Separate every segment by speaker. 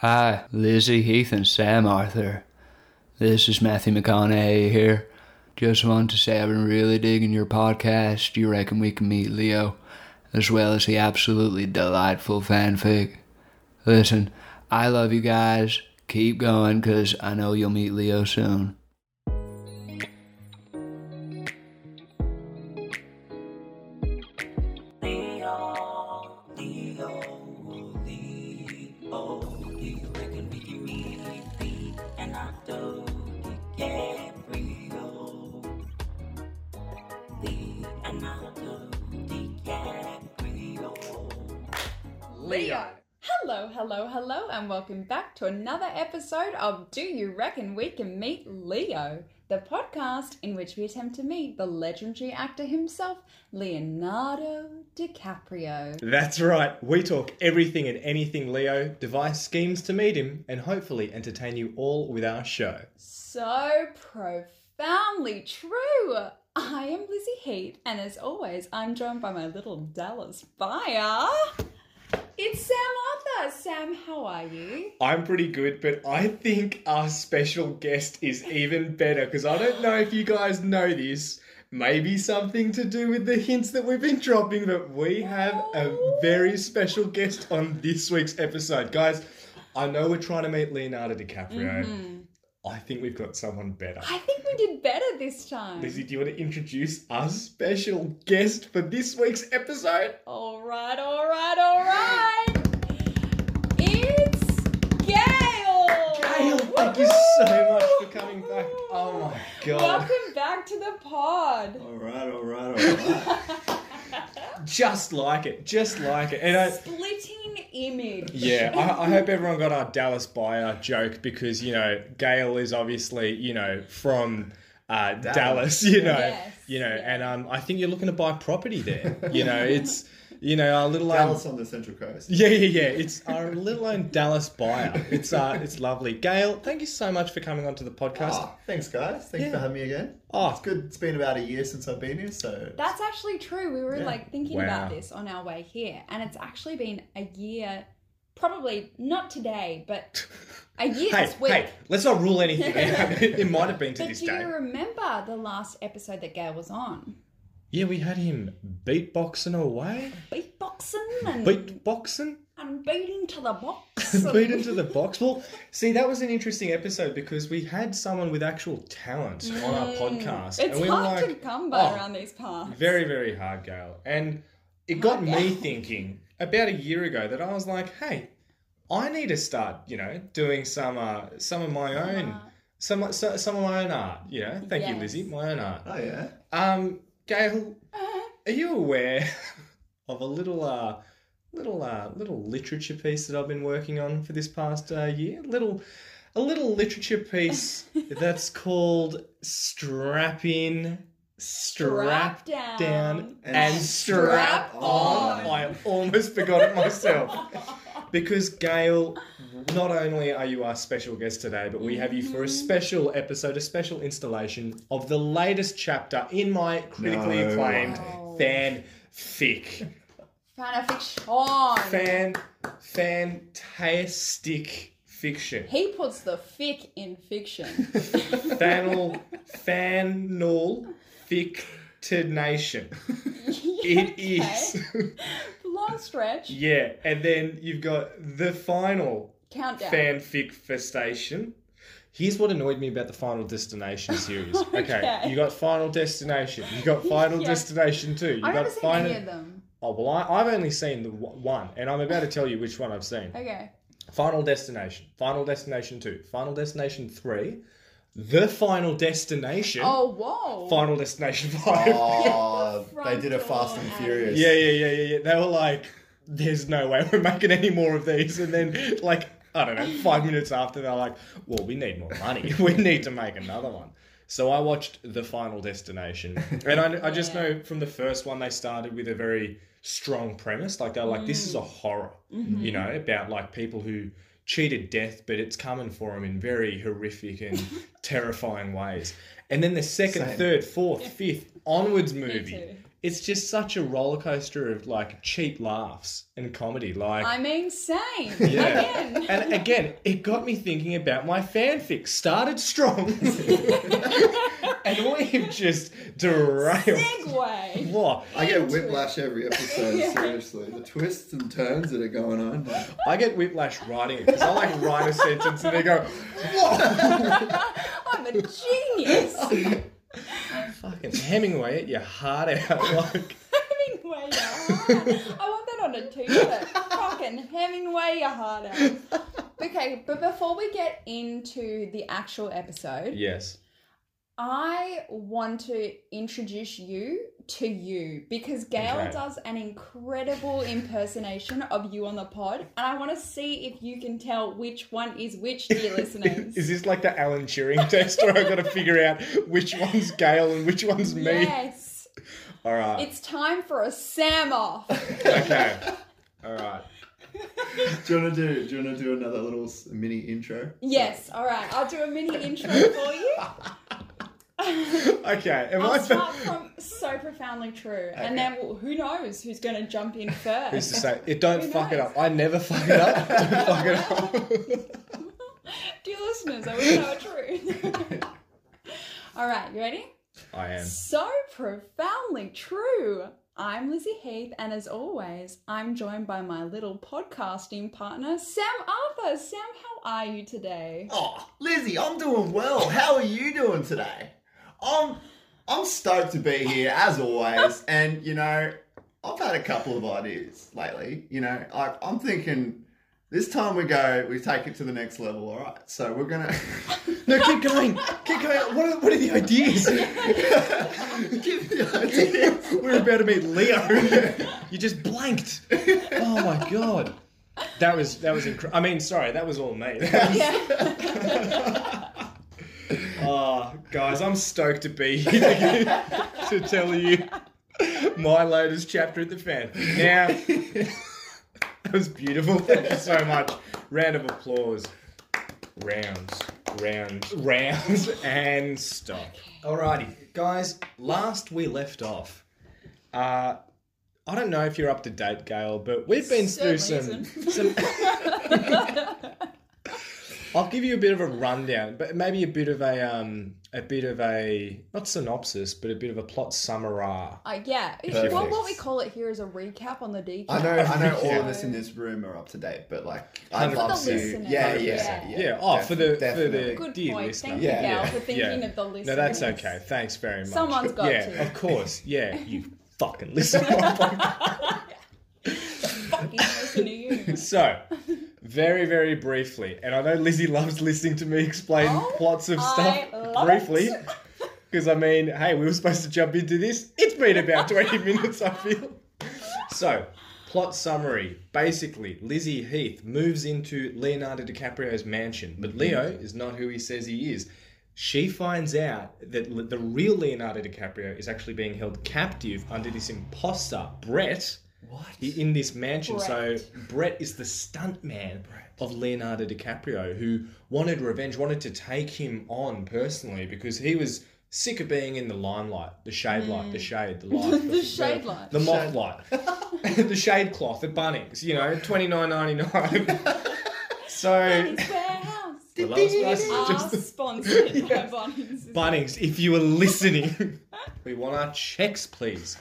Speaker 1: Hi, Lizzie, Heath, and Sam Arthur. This is Matthew McConaughey here. Just want to say I've been really digging your podcast. Do you reckon we can meet Leo? As well as the absolutely delightful fanfic. Listen, I love you guys. Keep going, because I know you'll meet Leo soon.
Speaker 2: Leo. Hello, hello, hello, and welcome back to another episode of Do You Reckon We Can Meet Leo, the podcast in which we attempt to meet the legendary actor himself, Leonardo DiCaprio.
Speaker 3: That's right. We talk everything and anything Leo, devise schemes to meet him, and hopefully entertain you all with our show.
Speaker 2: So profoundly true. I am Lizzie Heat, and as always, I'm joined by my little Dallas buyer. It's Sam Arthur. Sam, how are you?
Speaker 3: I'm pretty good, but I think our special guest is even better because I don't know if you guys know this. Maybe something to do with the hints that we've been dropping, but we have a very special guest on this week's episode. Guys, I know we're trying to meet Leonardo DiCaprio. I think we've got someone better.
Speaker 2: Mm-hmm. I think we did better this time.
Speaker 3: Lizzie, do you want to introduce our special guest for this week's episode?
Speaker 2: All right, all right, all right. It's Gail.
Speaker 3: Gail, thank you so much for coming back. Oh my god.
Speaker 2: Welcome back to the pod.
Speaker 4: All right, all right, all right.
Speaker 3: Just like it, just like it. And I,
Speaker 2: Splitting image.
Speaker 3: yeah, I, I hope everyone got our Dallas buyer joke because you know Gail is obviously you know from uh, Dallas. you know,
Speaker 2: Yes.
Speaker 3: you know,
Speaker 2: Yeah.
Speaker 3: and um, I think you're looking to buy property there. You know, it's you know our little um,
Speaker 4: Dallas on the Central Coast.
Speaker 3: Yeah, yeah, yeah. It's our little own Dallas buyer. It's uh, it's lovely. Gail, thank you so much for coming onto the podcast.
Speaker 4: Ah, thanks, guys. Thanks
Speaker 3: Yeah.
Speaker 4: for having me again.
Speaker 3: Oh.
Speaker 4: it's good. It's been about a year since I've been here, so
Speaker 2: That's actually true. We were
Speaker 4: Yeah.
Speaker 2: like thinking
Speaker 3: Wow.
Speaker 2: about this on our way here, and it's actually been a year. Probably not today, but a year
Speaker 3: Hey,
Speaker 2: this week.
Speaker 3: hey, let's not rule anything out. it might have been to
Speaker 2: But
Speaker 3: this
Speaker 2: do
Speaker 3: day.
Speaker 2: you remember the last episode that Gail was on?
Speaker 3: Yeah, we had him beatboxing away.
Speaker 2: Beatboxing and,
Speaker 3: Beatboxing?
Speaker 2: and beating to the box.
Speaker 3: Beat into the box. Well, see, that was an interesting episode because we had someone with actual talent on our podcast.
Speaker 2: Mm. It's
Speaker 3: we were
Speaker 2: hard to
Speaker 3: like,
Speaker 2: come by
Speaker 3: "Oh,
Speaker 2: around these parts.
Speaker 3: Very, very hard, Gail. And it
Speaker 2: Hard,
Speaker 3: got me
Speaker 2: Gail.
Speaker 3: thinking about a year ago that I was like, hey, I need to start, you know, doing some uh, some of my own
Speaker 2: art.
Speaker 3: some so, some of my own art. You know, thank you,
Speaker 2: Yes.
Speaker 3: Lizzie, my own art.
Speaker 4: oh yeah.
Speaker 3: Um, Gail,
Speaker 2: Uh,
Speaker 3: Are you aware of a little, uh, little, uh, little literature piece that I've been working on for this past uh, year? Little, a little literature piece that's called "Strap In, Strap,
Speaker 2: Strap Down, Um,
Speaker 3: Down,
Speaker 4: and
Speaker 3: and,
Speaker 4: Strap
Speaker 3: Strap on.
Speaker 4: On.
Speaker 3: I almost forgot it myself. Because Gail, not only are you our special guest today, but we have you for a
Speaker 2: Mm-hmm.
Speaker 3: special episode, a special installation of the latest chapter in my critically
Speaker 4: No.
Speaker 3: acclaimed
Speaker 2: Wow.
Speaker 3: fanfic.
Speaker 2: Fanfiction.
Speaker 3: Fan, fantastic fiction.
Speaker 2: he puts the fic in fiction.
Speaker 3: Fanal, fanal fictination. It
Speaker 2: Okay.
Speaker 3: is.
Speaker 2: Long stretch.
Speaker 3: yeah, and then you've got the final
Speaker 2: Countdown.
Speaker 3: fanfic festation. Here's what annoyed me about the Final Destination series. okay.
Speaker 2: Okay.
Speaker 3: you got Final Destination, you got Final
Speaker 2: Yeah.
Speaker 3: Destination Two, you
Speaker 2: I've
Speaker 3: got
Speaker 2: never seen
Speaker 3: Final.
Speaker 2: any of them.
Speaker 3: Oh well, I, I've only seen the w- one, and I'm about to tell you which one I've seen.
Speaker 2: Okay.
Speaker 3: Final Destination, Final Destination Two, Final Destination Three, The Final Destination,
Speaker 2: Oh, whoa.
Speaker 3: Final Destination Five.
Speaker 4: Oh,
Speaker 2: Get the
Speaker 4: they did a
Speaker 2: front
Speaker 4: Fast and
Speaker 2: door.
Speaker 4: Furious.
Speaker 3: Yeah, yeah, yeah, yeah, yeah. They were like, "There's no way we're making any more of these." And then, like, I don't know, five minutes after, they're like, "Well, we need more money. We need to make another one." So I watched The Final Destination, and I, I just
Speaker 2: Yeah.
Speaker 3: know from the first one they started with a very strong premise. Like they're like, "This
Speaker 2: Mm.
Speaker 3: is a horror,"
Speaker 2: Mm-hmm.
Speaker 3: you know, about like people who cheated death, but it's coming for them in very horrific and terrifying ways. And then the second,
Speaker 4: Same.
Speaker 3: third, fourth, fifth onwards movie
Speaker 2: too.
Speaker 3: it's just such a roller coaster of like cheap laughs and comedy. Like
Speaker 2: I mean, same.
Speaker 3: Yeah.
Speaker 2: Again.
Speaker 3: And again, it got me thinking about my fanfic. Started strong, and we've just derailed.
Speaker 2: Segue.
Speaker 3: What?
Speaker 4: I get whiplash every episode, seriously. The twists and turns that are going on.
Speaker 3: I get whiplash writing it because I like write a sentence and they go, "Whoa!"
Speaker 2: I'm a genius.
Speaker 3: Fucking Hemingway, it your heart out. Like,
Speaker 2: Hemingway, your heart. I want that on a t-shirt. Fucking Hemingway, your heart out. Okay, but before we get into the actual episode,
Speaker 3: yes,
Speaker 2: I want to introduce you to you because Gail
Speaker 3: Okay.
Speaker 2: does an incredible impersonation of you on the pod, and I want to see if you can tell which one is which, dear listeners.
Speaker 3: is this like the Alan Turing test where I got to figure out which one's Gail and which one's me?
Speaker 2: Yes,
Speaker 3: All right,
Speaker 2: it's time for a Sam off.
Speaker 3: okay, all right.
Speaker 4: Do you want to do? Do you want to do another little s- mini intro?
Speaker 2: Yes, all right, I'll do a mini intro for you.
Speaker 3: Okay, am I?
Speaker 2: I'll start
Speaker 3: Fa-
Speaker 2: from so profoundly true, and then well, who knows who's going to jump in
Speaker 3: Who's to
Speaker 2: first?
Speaker 3: say it? Don't
Speaker 2: Who
Speaker 3: fuck it
Speaker 2: knows?
Speaker 3: up. I never fuck it up. Don't fuck it up.
Speaker 2: dear listeners, I wish I were true. all right, you ready?
Speaker 3: I am.
Speaker 2: So profoundly true. I'm Lizzie Heath, and as always, I'm joined by my little podcasting partner, Sam Arthur. Sam, how are you today?
Speaker 4: Oh, Lizzie, I'm doing well. How are you doing today? I'm I'm stoked to be here as always, and you know, I've had a couple of ideas lately. You know, I, I'm thinking this time we go, we take it to the next level. All right, so we're gonna
Speaker 3: No, keep going. Keep going. What are, what are the ideas?
Speaker 4: give the idea.
Speaker 3: We're about to meet Leo. you just blanked. Oh my god. That was that was incredible. I mean, sorry, that was all me.
Speaker 2: Yeah.
Speaker 3: oh, guys, I'm stoked to be here to tell you my latest chapter at the fan. Now, that was beautiful. Thank you so much. Round of applause. Rounds, rounds, rounds, and stop. Alrighty, guys. Last we left off. Uh, I don't know if you're up to date, Gail, but we've been through some.
Speaker 2: Certainly
Speaker 3: some I'll give you a bit of a rundown, but maybe a bit of a um, a bit of a not synopsis, but a bit of a plot summary.
Speaker 2: Uh, yeah.
Speaker 4: Perfect.
Speaker 2: What, what we call it here is a recap on the decap.
Speaker 4: I know, I know, all of
Speaker 2: Yeah.
Speaker 4: us in this room are up to date, but like, I'd
Speaker 3: For
Speaker 4: love
Speaker 2: the
Speaker 4: to.
Speaker 2: listeners.
Speaker 4: Yeah, yeah,
Speaker 2: 100%.
Speaker 4: yeah,
Speaker 3: Yeah. Oh, for the- for the-
Speaker 4: definitely.
Speaker 2: Good
Speaker 3: Dear
Speaker 2: point.
Speaker 3: listener.
Speaker 2: Thank you,
Speaker 4: Yeah,
Speaker 2: Gail,
Speaker 4: yeah.
Speaker 2: for thinking
Speaker 3: Yeah.
Speaker 2: of the listeners.
Speaker 3: No, that's okay. Thanks very much.
Speaker 2: Someone's got
Speaker 3: yeah,
Speaker 2: to.
Speaker 3: of course. Yeah, you fucking listen to my podcast.
Speaker 2: Fucking listen to you.
Speaker 3: So, very, very briefly, and I know Lizzie loves listening to me explain
Speaker 2: Oh,
Speaker 3: plots of
Speaker 2: I
Speaker 3: stuff
Speaker 2: love
Speaker 3: briefly.
Speaker 2: it.
Speaker 3: Because, I mean, hey, we were supposed to jump into this. It's been about 20 minutes, I feel. So, plot summary. Basically, Lizzie Heath moves into Leonardo DiCaprio's mansion, but Leo is not who he says he is. She finds out that le- the real Leonardo DiCaprio is actually being held captive under this imposter, Brett.
Speaker 4: What?
Speaker 3: He- in this mansion. So
Speaker 2: Brett.
Speaker 3: Brett is the stunt man of Leonardo DiCaprio, who wanted revenge, wanted to take him on personally because he was sick of being in the limelight, the shade light, the shade, the light,
Speaker 2: Hmm. The shade light.
Speaker 3: the moth light, the shade cloth at Bunnings. You know, twenty nine ninety nine. So.
Speaker 2: Bunnings Warehouse.
Speaker 3: The last person
Speaker 2: Are
Speaker 3: just the-
Speaker 2: sponsored by Bunnings.
Speaker 3: Bunnings, if you are listening, we want our checks, please.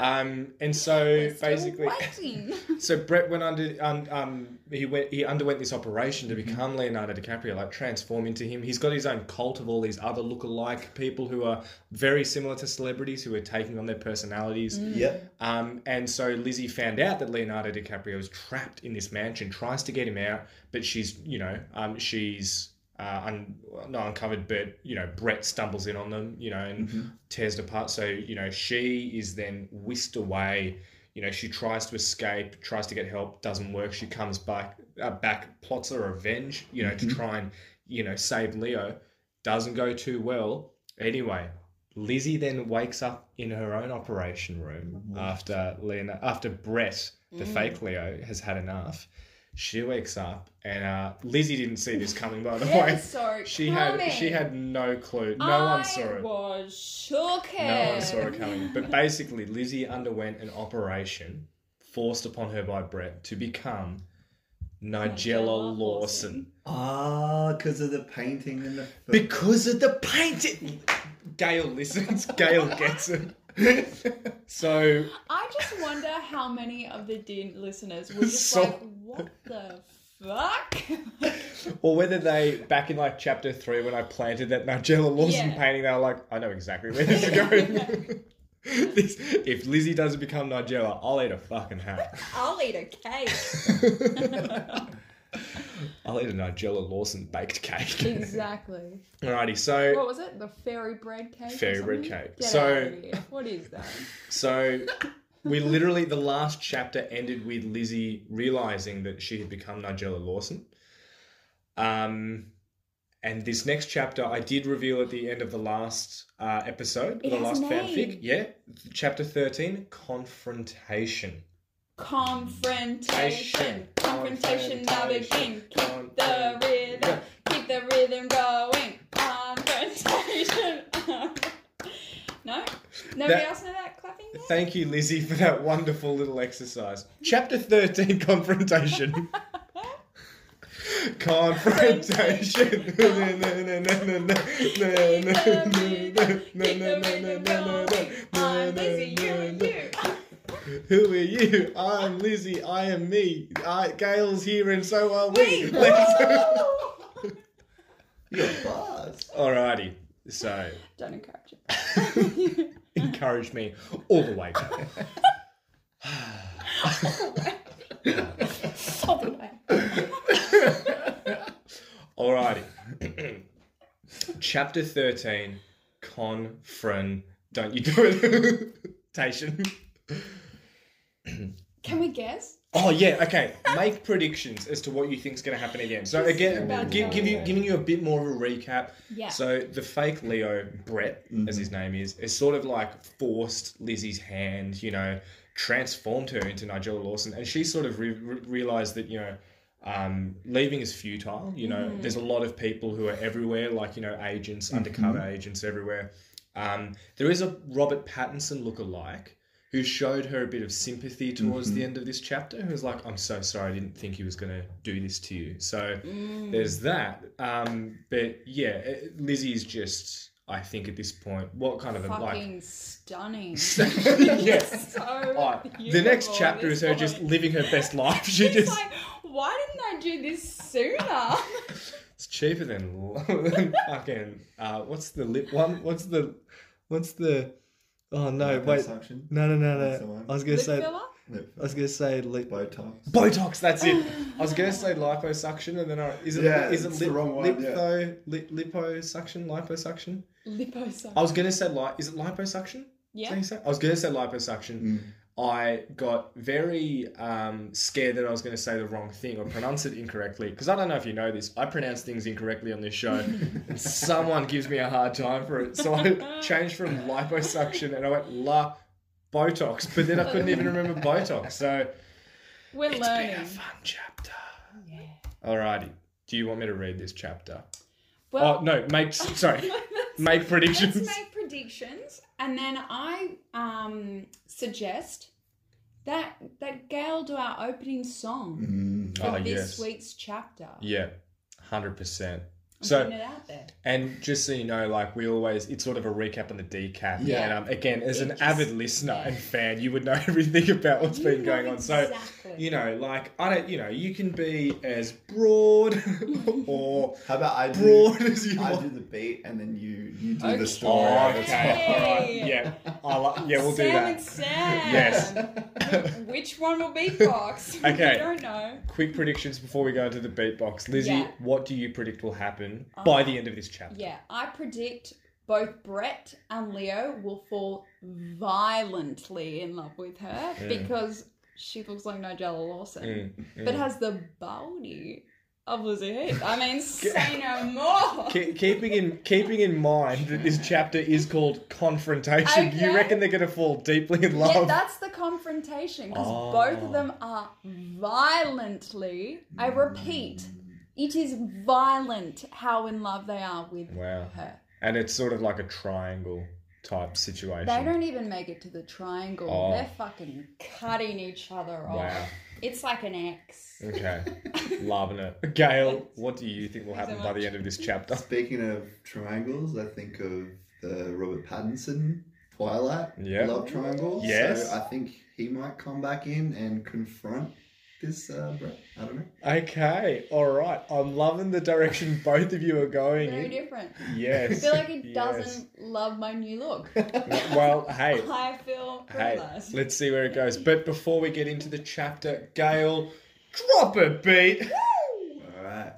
Speaker 3: Um, and so basically,
Speaker 2: Waiting.
Speaker 3: So Brett went under um, um he went he underwent this operation to become Leonardo DiCaprio, like transform into him. He's got his own cult of all these other lookalike people who are very similar to celebrities who are taking on their personalities.
Speaker 4: Yep.
Speaker 3: Um, and so Lizzie found out that Leonardo DiCaprio is trapped in this mansion, tries to get him out, but she's, you know, um, she's uh, un- not uncovered, but, you know, Brett stumbles in on them, you know, and
Speaker 4: Mm-hmm.
Speaker 3: tears it apart. So, you know, she is then whisked away. You know, she tries to escape, tries to get help, doesn't work. She comes back, uh, back plots her revenge, you know, to try and, you know, save Leo. Doesn't go too well. Anyway, Lizzie then wakes up in her own operation room after Lena, after Brett, the fake Leo, has had enough. She wakes up, and uh, Lizzie didn't see this coming, by the
Speaker 2: Never
Speaker 3: way.
Speaker 2: saw it
Speaker 3: She
Speaker 2: coming.
Speaker 3: had she had no clue. No
Speaker 2: I
Speaker 3: one saw it.
Speaker 2: was shook.
Speaker 3: No one saw it coming. But basically, Lizzie underwent an operation forced upon her by Brett to become Nigella,
Speaker 2: Nigella
Speaker 3: Lawson.
Speaker 2: Lawson.
Speaker 4: Ah, because of the painting and the.
Speaker 3: Because of the painting. Gail listens. Gail gets it. so
Speaker 2: I just wonder how many of the dear listeners were just
Speaker 3: So-
Speaker 2: like, what the fuck?
Speaker 3: Or whether they, back in like chapter three, when I planted that Nigella Lawson
Speaker 2: Yeah.
Speaker 3: painting, they were like, I know exactly where this is going. this, if Lizzie doesn't become Nigella, I'll eat a fucking hat.
Speaker 2: I'll eat a cake.
Speaker 3: I'll eat a Nigella Lawson baked cake.
Speaker 2: Exactly.
Speaker 3: Alrighty, so
Speaker 2: What was it? The fairy bread cake? or
Speaker 3: Fairy bread
Speaker 2: something?
Speaker 3: cake.
Speaker 2: Get
Speaker 3: So-
Speaker 2: out of here. what is that?
Speaker 3: so we literally the last chapter ended with Lizzie realizing that she had become Nigella Lawson. Um and this next chapter I did reveal at the end of the last uh, episode,
Speaker 2: It
Speaker 3: the
Speaker 2: has
Speaker 3: last
Speaker 2: a name.
Speaker 3: fanfic. Yeah. Chapter 13, confrontation.
Speaker 2: Confrontation. Confrontation now begin.
Speaker 3: Confrontation.
Speaker 2: Keep the rhythm. Keep the rhythm going. Confrontation. no? Nobody
Speaker 3: That-
Speaker 2: else know that clapping? there?
Speaker 3: Thank you, Lizzie, for that wonderful little exercise. Chapter 13 Confrontation. confrontation. No, no, no, no, no, no, no, no,
Speaker 2: Keep the
Speaker 3: no,
Speaker 2: rhythm.
Speaker 3: no,
Speaker 2: Keep
Speaker 3: no,
Speaker 2: the
Speaker 3: no, no,
Speaker 2: rhythm
Speaker 3: no, no,
Speaker 2: going.
Speaker 3: no,
Speaker 2: I'm
Speaker 3: no,
Speaker 2: busy. You
Speaker 3: no,
Speaker 2: and
Speaker 3: no.
Speaker 2: you.
Speaker 3: Who are you? I'm Lizzie. I am me. I, Gail's here, and so are we.
Speaker 2: We-
Speaker 3: Let's-
Speaker 4: You're bars.
Speaker 3: Alrighty. So,
Speaker 2: Don't encourage it.
Speaker 3: encourage me all the way. Gail.
Speaker 2: Stop it.
Speaker 3: Alrighty. Chapter 13 Confron. Don't you do it. Tation.
Speaker 2: Can we guess?
Speaker 3: Oh yeah, okay. Make predictions as to what you think's going to happen again. So again,
Speaker 2: about
Speaker 3: give,
Speaker 2: to
Speaker 3: give
Speaker 2: go.
Speaker 3: you giving you a bit more of a recap.
Speaker 2: Yeah.
Speaker 3: So the fake Leo Brett, as his name is, is sort of like forced Lizzie's hand, you know, transformed her into Nigella Lawson, and she sort of re- re- realized that you know. Um, leaving is futile. You know, there's a lot of people who are everywhere, like you know, agents, undercover agents everywhere. Um, there is a Robert Pattinson lookalike who showed her a bit of sympathy towards
Speaker 2: Mm-hmm.
Speaker 3: the end of this chapter, who was like, I'm so sorry, I didn't think he was going to do this to you. So
Speaker 2: Mm.
Speaker 3: there's that. Um, but yeah, eh, Lizzie's just, I think at this point, what kind of a like.
Speaker 2: Fucking stunning.
Speaker 3: yes.
Speaker 2: So
Speaker 3: the next
Speaker 2: beautiful,
Speaker 3: chapter
Speaker 2: this
Speaker 3: is her just
Speaker 2: woman.
Speaker 3: living her best life. She
Speaker 2: It's
Speaker 3: just.
Speaker 2: like, why didn't I do this sooner?
Speaker 3: It's cheaper than, than fucking. Uh, what's the lip one? What's the. What's the. Oh no, wait.
Speaker 4: Consumption.
Speaker 3: No, no, no,
Speaker 4: That's the
Speaker 3: no.
Speaker 4: one.
Speaker 3: I was going to
Speaker 2: Lip
Speaker 3: say.
Speaker 2: filler?
Speaker 4: Lip
Speaker 3: I was going to say lip.
Speaker 4: Botox.
Speaker 3: Botox, that's it. I was going to say liposuction, and then I is it
Speaker 4: Yeah,
Speaker 3: is it
Speaker 4: it's
Speaker 3: lip,
Speaker 4: the wrong one,
Speaker 3: lip
Speaker 4: yeah.
Speaker 3: though, li- liposuction, liposuction? I
Speaker 2: Liposuction.
Speaker 3: was going to say li- is it liposuction? Is that how
Speaker 2: Yeah.
Speaker 3: you say it? I was going to say liposuction.
Speaker 4: Mm.
Speaker 3: I got very um, scared that I was going to say the wrong thing or pronounce it incorrectly because I don't know if you know this. I pronounce things incorrectly on this show. and Someone gives me a hard time for it, so I changed from liposuction and I went la Botox, but then I couldn't even remember Botox, so.
Speaker 2: We're learning.
Speaker 3: fun chapter. Alrighty. Do you want me to read this chapter?
Speaker 2: Well,
Speaker 3: oh no, make sorry. make
Speaker 2: let's
Speaker 3: predictions.
Speaker 2: make predictions, and then I um, suggest that that Gail do our opening song
Speaker 4: Mm.
Speaker 2: for
Speaker 3: Oh,
Speaker 2: this
Speaker 3: yes.
Speaker 2: week's chapter.
Speaker 3: Yeah. Hundred percent.
Speaker 2: I'm
Speaker 3: So
Speaker 2: putting it out there.
Speaker 3: and just so you know, like we always it's sort of a recap on the decap.
Speaker 2: Yeah.
Speaker 3: And um, again, as an
Speaker 2: It just-
Speaker 3: avid listener and fan, you would know everything about what's
Speaker 2: You
Speaker 3: been
Speaker 2: know
Speaker 3: going on. So
Speaker 2: exactly.
Speaker 3: you know, like I don't you know, you can be as broad or
Speaker 4: How about I do,
Speaker 3: broad as you
Speaker 4: I
Speaker 3: want.
Speaker 4: do Oh, the beat and then you you do
Speaker 2: Okay.
Speaker 4: the story.
Speaker 3: okay.
Speaker 2: Hey.
Speaker 3: Alright, Yeah. I'll, yeah, we'll
Speaker 2: Sam
Speaker 3: do that.
Speaker 2: and Sam.
Speaker 3: Yes.
Speaker 2: Which one will be Fox?
Speaker 3: Okay.
Speaker 2: I don't know.
Speaker 3: Quick predictions before we go into the beatbox. Lizzie,
Speaker 2: Yeah. Uh-huh.
Speaker 3: what do you predict will happen by the end of this chapter?
Speaker 2: Yeah, I predict both Brett and Leo will fall violently in love with her because she looks like Nigella Lawson,
Speaker 3: Mm,
Speaker 2: but has the baldy of Lizzie Heath. I mean, say no more.
Speaker 3: Ke- keeping in keeping in mind that this chapter is called confrontation, do
Speaker 2: Okay.
Speaker 3: you reckon they're going to fall deeply in
Speaker 2: Yeah,
Speaker 3: love?
Speaker 2: that's the confrontation because
Speaker 3: Oh.
Speaker 2: both of them are violently. I repeat, it is violent how in love they are with
Speaker 3: wow.
Speaker 2: her.
Speaker 3: And it's sort of like a triangle type situation.
Speaker 2: They don't even make it to the triangle.
Speaker 3: Oh.
Speaker 2: They're fucking cutting each other off.
Speaker 3: Wow.
Speaker 2: It's like an axe.
Speaker 3: Okay. Loving it. Gail, what do you think will
Speaker 2: Thanks so
Speaker 3: happen by the
Speaker 2: much.
Speaker 3: end of this chapter?
Speaker 4: Speaking of triangles, I think of the Robert Pattinson Twilight
Speaker 3: Yeah.
Speaker 4: love triangle.
Speaker 3: Yes.
Speaker 4: So I think he might come back in and confront this uh, Brett. I don't know.
Speaker 3: Okay. All right. I'm loving the direction both of you are going
Speaker 2: Very
Speaker 3: in.
Speaker 2: different. I
Speaker 3: Yes.
Speaker 2: feel like it
Speaker 3: Yes.
Speaker 2: doesn't love my new look.
Speaker 3: Well, hey,
Speaker 2: I feel
Speaker 3: hey,
Speaker 2: realised.
Speaker 3: let's see where it goes. But before we get into the chapter, Gail, drop a beat.
Speaker 4: All right.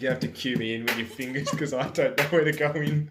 Speaker 3: You have to cue me in with your fingers because I don't know where to go in.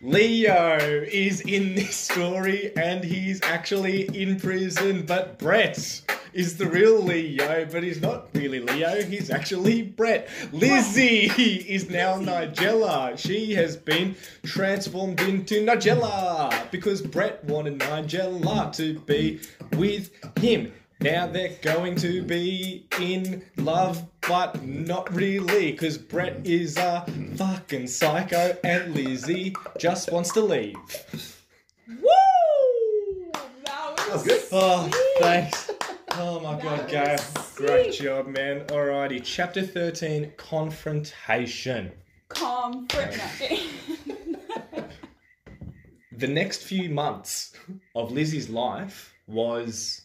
Speaker 3: Leo is in this story and he's actually in prison, but Brett is the real Leo, but he's not really Leo, he's actually Brett. Lizzie is now Nigella. She has been transformed into Nigella because Brett wanted Nigella to be with him. Now they're going to be in love, but not really, because Brett is a fucking psycho and Lizzie just wants to leave.
Speaker 2: Woo! That was
Speaker 3: Oh, thanks. Oh my god, Gail.
Speaker 2: was
Speaker 3: Great
Speaker 2: sick.
Speaker 3: job, man. Alrighty, chapter 13 confrontation.
Speaker 2: calm for nothing.
Speaker 3: The next few months of Lizzie's life was.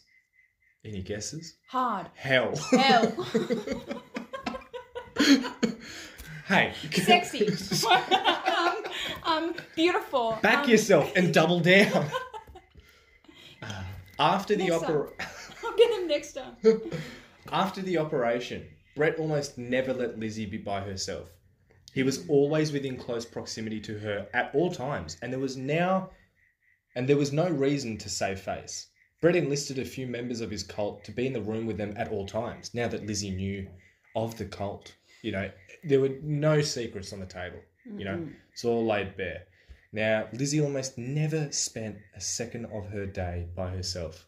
Speaker 3: Any guesses?
Speaker 2: Hard.
Speaker 3: Hell.
Speaker 2: Hell.
Speaker 3: hey.
Speaker 2: Sexy. um, um, beautiful.
Speaker 3: Back
Speaker 2: um,
Speaker 3: yourself and double down. after the
Speaker 2: Next
Speaker 3: opera,
Speaker 2: I'll get him next time.
Speaker 3: after the operation, Brett almost never let Lizzie be by herself. He was always within close proximity to her at all times, and there was now and there was no reason to save face. Brett enlisted a few members of his cult to be in the room with them at all times, now that Lizzie knew of the cult. You know, there were no secrets on the table. You know, it's all laid bare. Now, Lizzie almost never spent a second of her day by herself.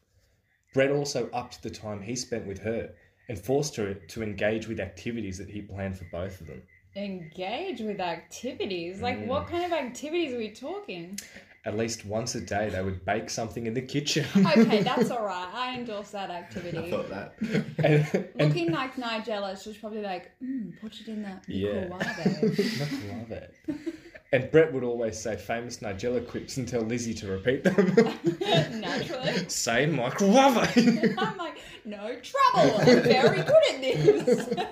Speaker 3: Brett also upped the time he spent with her and forced her to engage with activities that he planned for both of them.
Speaker 2: Engage with activities. Like, what
Speaker 3: Mm.
Speaker 2: kind of activities are we talking?
Speaker 3: At least once a day, they would bake something in the kitchen.
Speaker 2: Okay, that's all right. I endorse that activity.
Speaker 4: Thought that.
Speaker 3: and, and
Speaker 2: Looking like Nigella, she's probably like, mm, put it in that
Speaker 3: Yeah.
Speaker 2: microwave.
Speaker 3: I love it. And Brett would always say famous Nigella quips and tell Lizzie to repeat them.
Speaker 2: Naturally.
Speaker 3: say microwave.
Speaker 2: I'm like, no trouble. I'm very good at this.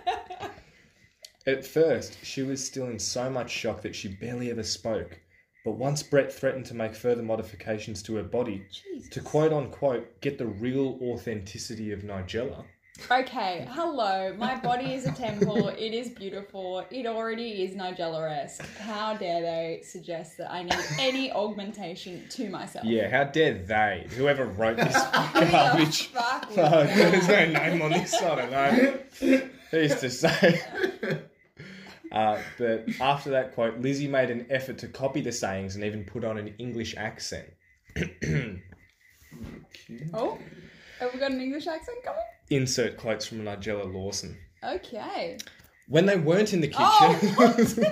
Speaker 3: At first, she was still in so much shock that she barely ever spoke. But once Brett threatened to make further modifications to her body to quote unquote get the real authenticity of Nigella,
Speaker 2: Okay, hello. My body is a temple. It is beautiful. It already is Nigella-esque. How dare they suggest that I need any augmentation to myself?
Speaker 3: yeah, how dare they? Whoever wrote this
Speaker 2: Who the
Speaker 3: garbage.
Speaker 2: fuck would-
Speaker 3: Oh, there's no name on this, I don't know. Who's to say? Uh, but after that quote, Lizzie made an effort to copy the sayings and even put on an English accent.
Speaker 2: Oh, have we got an English accent coming?
Speaker 3: Insert quotes from Nigella Lawson.
Speaker 2: Okay.
Speaker 3: When they weren't in the kitchen,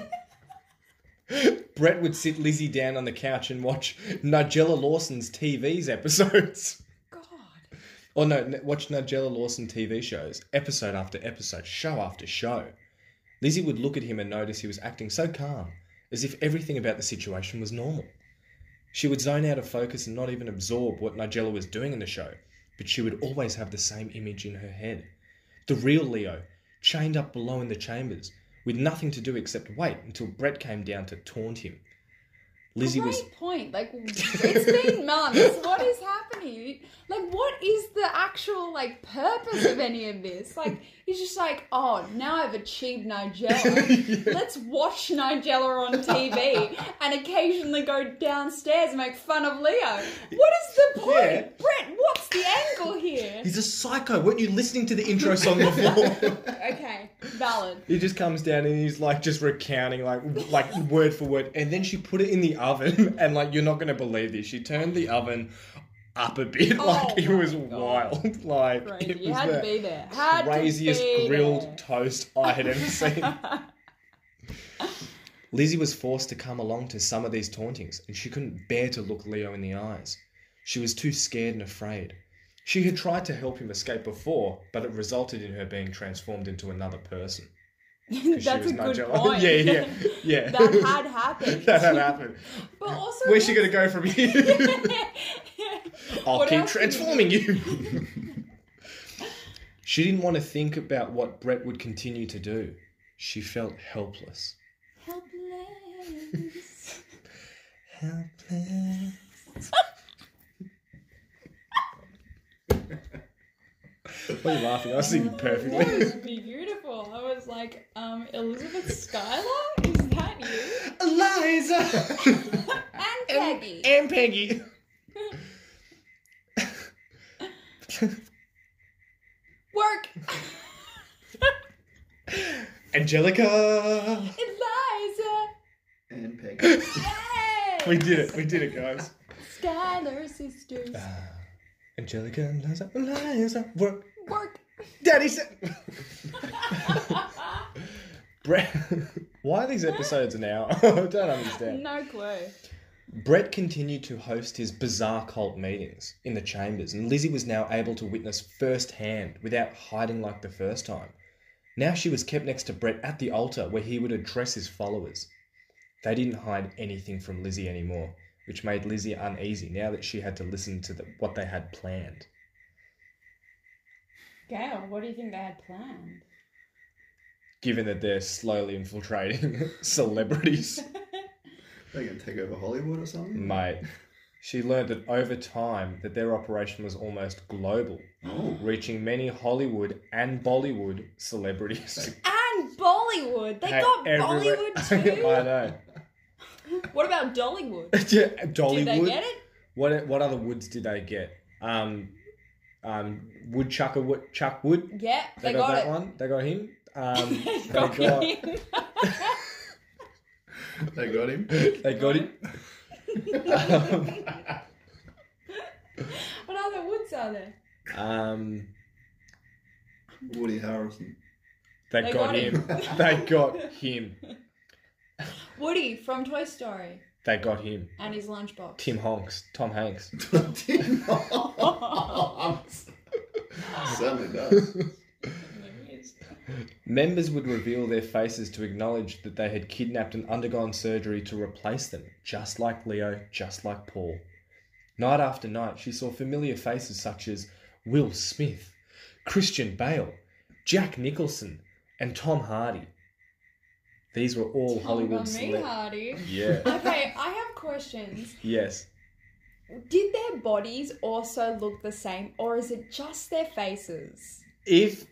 Speaker 2: Oh,
Speaker 3: Brett would sit Lizzie down on the couch and watch Nigella Lawson's TV's episodes.
Speaker 2: God.
Speaker 3: Or Oh, no, n- watch Nigella Lawson TV shows, episode after episode, show after show. Lizzie would look at him and notice he was acting so calm, as if everything about the situation was normal. She would zone out of focus and not even absorb what Nigella was doing in the show, but she would always have the same image in her head. The real Leo, chained up below in the chambers, with nothing to do except wait until Brett came down to taunt him.
Speaker 2: Great
Speaker 5: Lizzie was.
Speaker 2: point. Like it's been months. What is happening? Like what is the actual like purpose of any of this? Like he's just like, oh, now I've achieved Nigella. Let's watch Nigella on TV and occasionally go downstairs and make fun of Leo. What is the point,
Speaker 3: Yeah.
Speaker 2: Brett? What's the angle here?
Speaker 5: He's a psycho.
Speaker 3: Weren't you listening to the intro song before?
Speaker 2: Okay, valid.
Speaker 3: he just comes down and he's like just recounting like like word for word, and then she put it in the oven, and like you're not gonna believe this. She turned the oven up a bit,
Speaker 2: Oh
Speaker 3: like it
Speaker 2: my
Speaker 3: was
Speaker 2: God.
Speaker 3: wild, like
Speaker 2: Crazy.
Speaker 3: it
Speaker 2: You
Speaker 3: was
Speaker 2: had to be
Speaker 3: the
Speaker 2: there. Had to
Speaker 3: craziest
Speaker 2: be
Speaker 3: grilled
Speaker 2: there.
Speaker 3: toast I had ever seen. Lizzie was forced to come along to some of these tauntings, and she couldn't bear to look Leo in the eyes. She was too scared and afraid. She had tried to help him escape before, but it resulted in her being transformed into another person. 'Cause she
Speaker 2: That's a
Speaker 3: was
Speaker 2: good
Speaker 3: Nigella.
Speaker 2: point.
Speaker 3: yeah, yeah, yeah.
Speaker 2: that had happened.
Speaker 3: That had happened.
Speaker 2: But also,
Speaker 3: Where's she gonna go from here? I'll
Speaker 2: What
Speaker 3: keep
Speaker 2: else can you do?
Speaker 3: transforming you. she didn't want to think about what Brett would continue to do. She felt helpless.
Speaker 2: Helpless.
Speaker 3: Helpless. Why are you laughing? I was singing
Speaker 2: That
Speaker 3: perfectly.
Speaker 2: was beautiful. I was like, um, Elizabeth Skylar? Is that you?
Speaker 3: Eliza!
Speaker 2: And Peggy.
Speaker 3: and Peggy.
Speaker 2: Work.
Speaker 3: Angelica!
Speaker 2: Eliza.
Speaker 4: And Peggy.
Speaker 2: Yay.
Speaker 3: We did it, we did it, guys.
Speaker 2: Skylar sisters.
Speaker 3: Angelica and Eliza, Eliza, work.
Speaker 2: Work.
Speaker 3: Daddy said. Brett, why are these episodes an hour? I don't understand.
Speaker 2: No clue.
Speaker 3: Brett continued to host his bizarre cult meetings in the chambers, and Lizzie was now able to witness firsthand without hiding like the first time. Now she was kept next to Brett at the altar where he would address his followers. They didn't hide anything from Lizzie anymore, which made Lizzie uneasy now that she had to listen to the, what they had planned.
Speaker 2: Gail, what do you think they had planned?
Speaker 3: Given that they're slowly infiltrating celebrities,
Speaker 4: They're gonna take over Hollywood or something.
Speaker 3: mate. She learned that over time that their operation was almost global,
Speaker 4: Oh,
Speaker 3: reaching many Hollywood and Bollywood celebrities.
Speaker 2: And Bollywood. They
Speaker 3: Hey,
Speaker 2: got
Speaker 3: everywhere-
Speaker 2: Bollywood too.
Speaker 3: I know.
Speaker 2: What about Dollywood?
Speaker 3: Yeah,
Speaker 2: Do
Speaker 3: Dollywood.
Speaker 2: they get it?
Speaker 3: What what other woods did they get? Um, um, woodchucker, wood, Chuck Wood.
Speaker 2: Yeah, they, got,
Speaker 3: that
Speaker 2: it.
Speaker 3: one. They got him. Um, they
Speaker 2: Got
Speaker 3: got,
Speaker 2: him.
Speaker 4: they got him.
Speaker 3: they got him. um,
Speaker 2: What other woods are there?
Speaker 3: um,
Speaker 4: Woody Harrelson.
Speaker 3: they,
Speaker 2: They
Speaker 3: got,
Speaker 2: got
Speaker 3: him.
Speaker 2: him.
Speaker 3: they got him.
Speaker 2: Woody from Toy Story
Speaker 3: They got him.
Speaker 2: and his lunchbox.
Speaker 3: Tim Honks, Tom Hanks.
Speaker 4: Tim Holtz. Certainly does.
Speaker 3: Members would reveal their faces to acknowledge that they had kidnapped and undergone surgery to replace them, just like Leo, just like Paul. Night after night, she saw familiar faces such as Will Smith, Christian Bale, Jack Nicholson, and Tom Hardy. These were all Hollywood
Speaker 2: Hold on, me,
Speaker 3: celeb-
Speaker 2: Hardy.
Speaker 3: Yeah.
Speaker 2: Okay, I have questions.
Speaker 3: yes.
Speaker 2: Did their bodies also look the same, or is it just their faces?
Speaker 3: If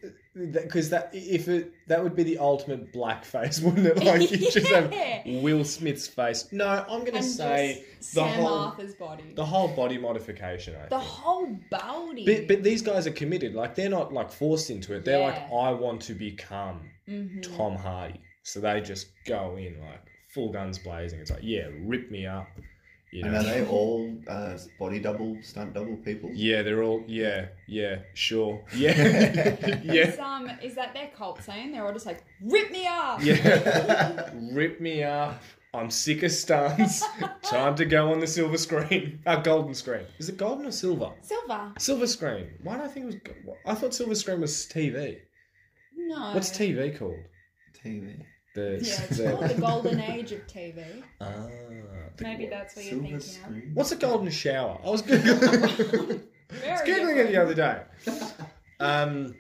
Speaker 3: because that if it that would be the ultimate blackface, wouldn't it? Like you just have
Speaker 2: Yeah.
Speaker 3: Will Smith's face. No, I'm gonna
Speaker 2: And
Speaker 3: say
Speaker 2: just
Speaker 3: the
Speaker 2: Sam
Speaker 3: whole
Speaker 2: Arthur's body.
Speaker 3: The whole body modification, I
Speaker 2: The
Speaker 3: think.
Speaker 2: whole body.
Speaker 3: But, but these guys are committed. Like they're not like forced into it. They're like,
Speaker 2: Yeah.
Speaker 3: I want to become
Speaker 2: Mm-hmm.
Speaker 3: Tom Hardy. So they just go in like full guns blazing. It's like, yeah, rip me up. You
Speaker 4: And are
Speaker 3: know?
Speaker 4: they all uh, body double, stunt double people?
Speaker 3: Yeah, they're all yeah, yeah, sure, yeah, yeah,
Speaker 2: Is, um, is that their cult saying? They're all just like, rip me up!
Speaker 3: yeah. rip me up. I'm sick of stunts. Time to go on the silver screen. Uh, golden screen. Is it golden or silver?
Speaker 2: Silver.
Speaker 3: Silver screen. Why do I think it was? go- I thought silver screen was TV.
Speaker 2: No.
Speaker 3: What's TV called?
Speaker 4: TV.
Speaker 3: The,
Speaker 2: Oh. Yeah, it's
Speaker 3: the-
Speaker 2: called the golden age of TV.
Speaker 3: Ah, the-
Speaker 2: Maybe that's what you're
Speaker 4: Silver
Speaker 2: thinking of.
Speaker 4: screen.
Speaker 3: What's a golden shower? I was googling,
Speaker 2: Very
Speaker 3: googling it the
Speaker 2: different.
Speaker 3: other day. Um,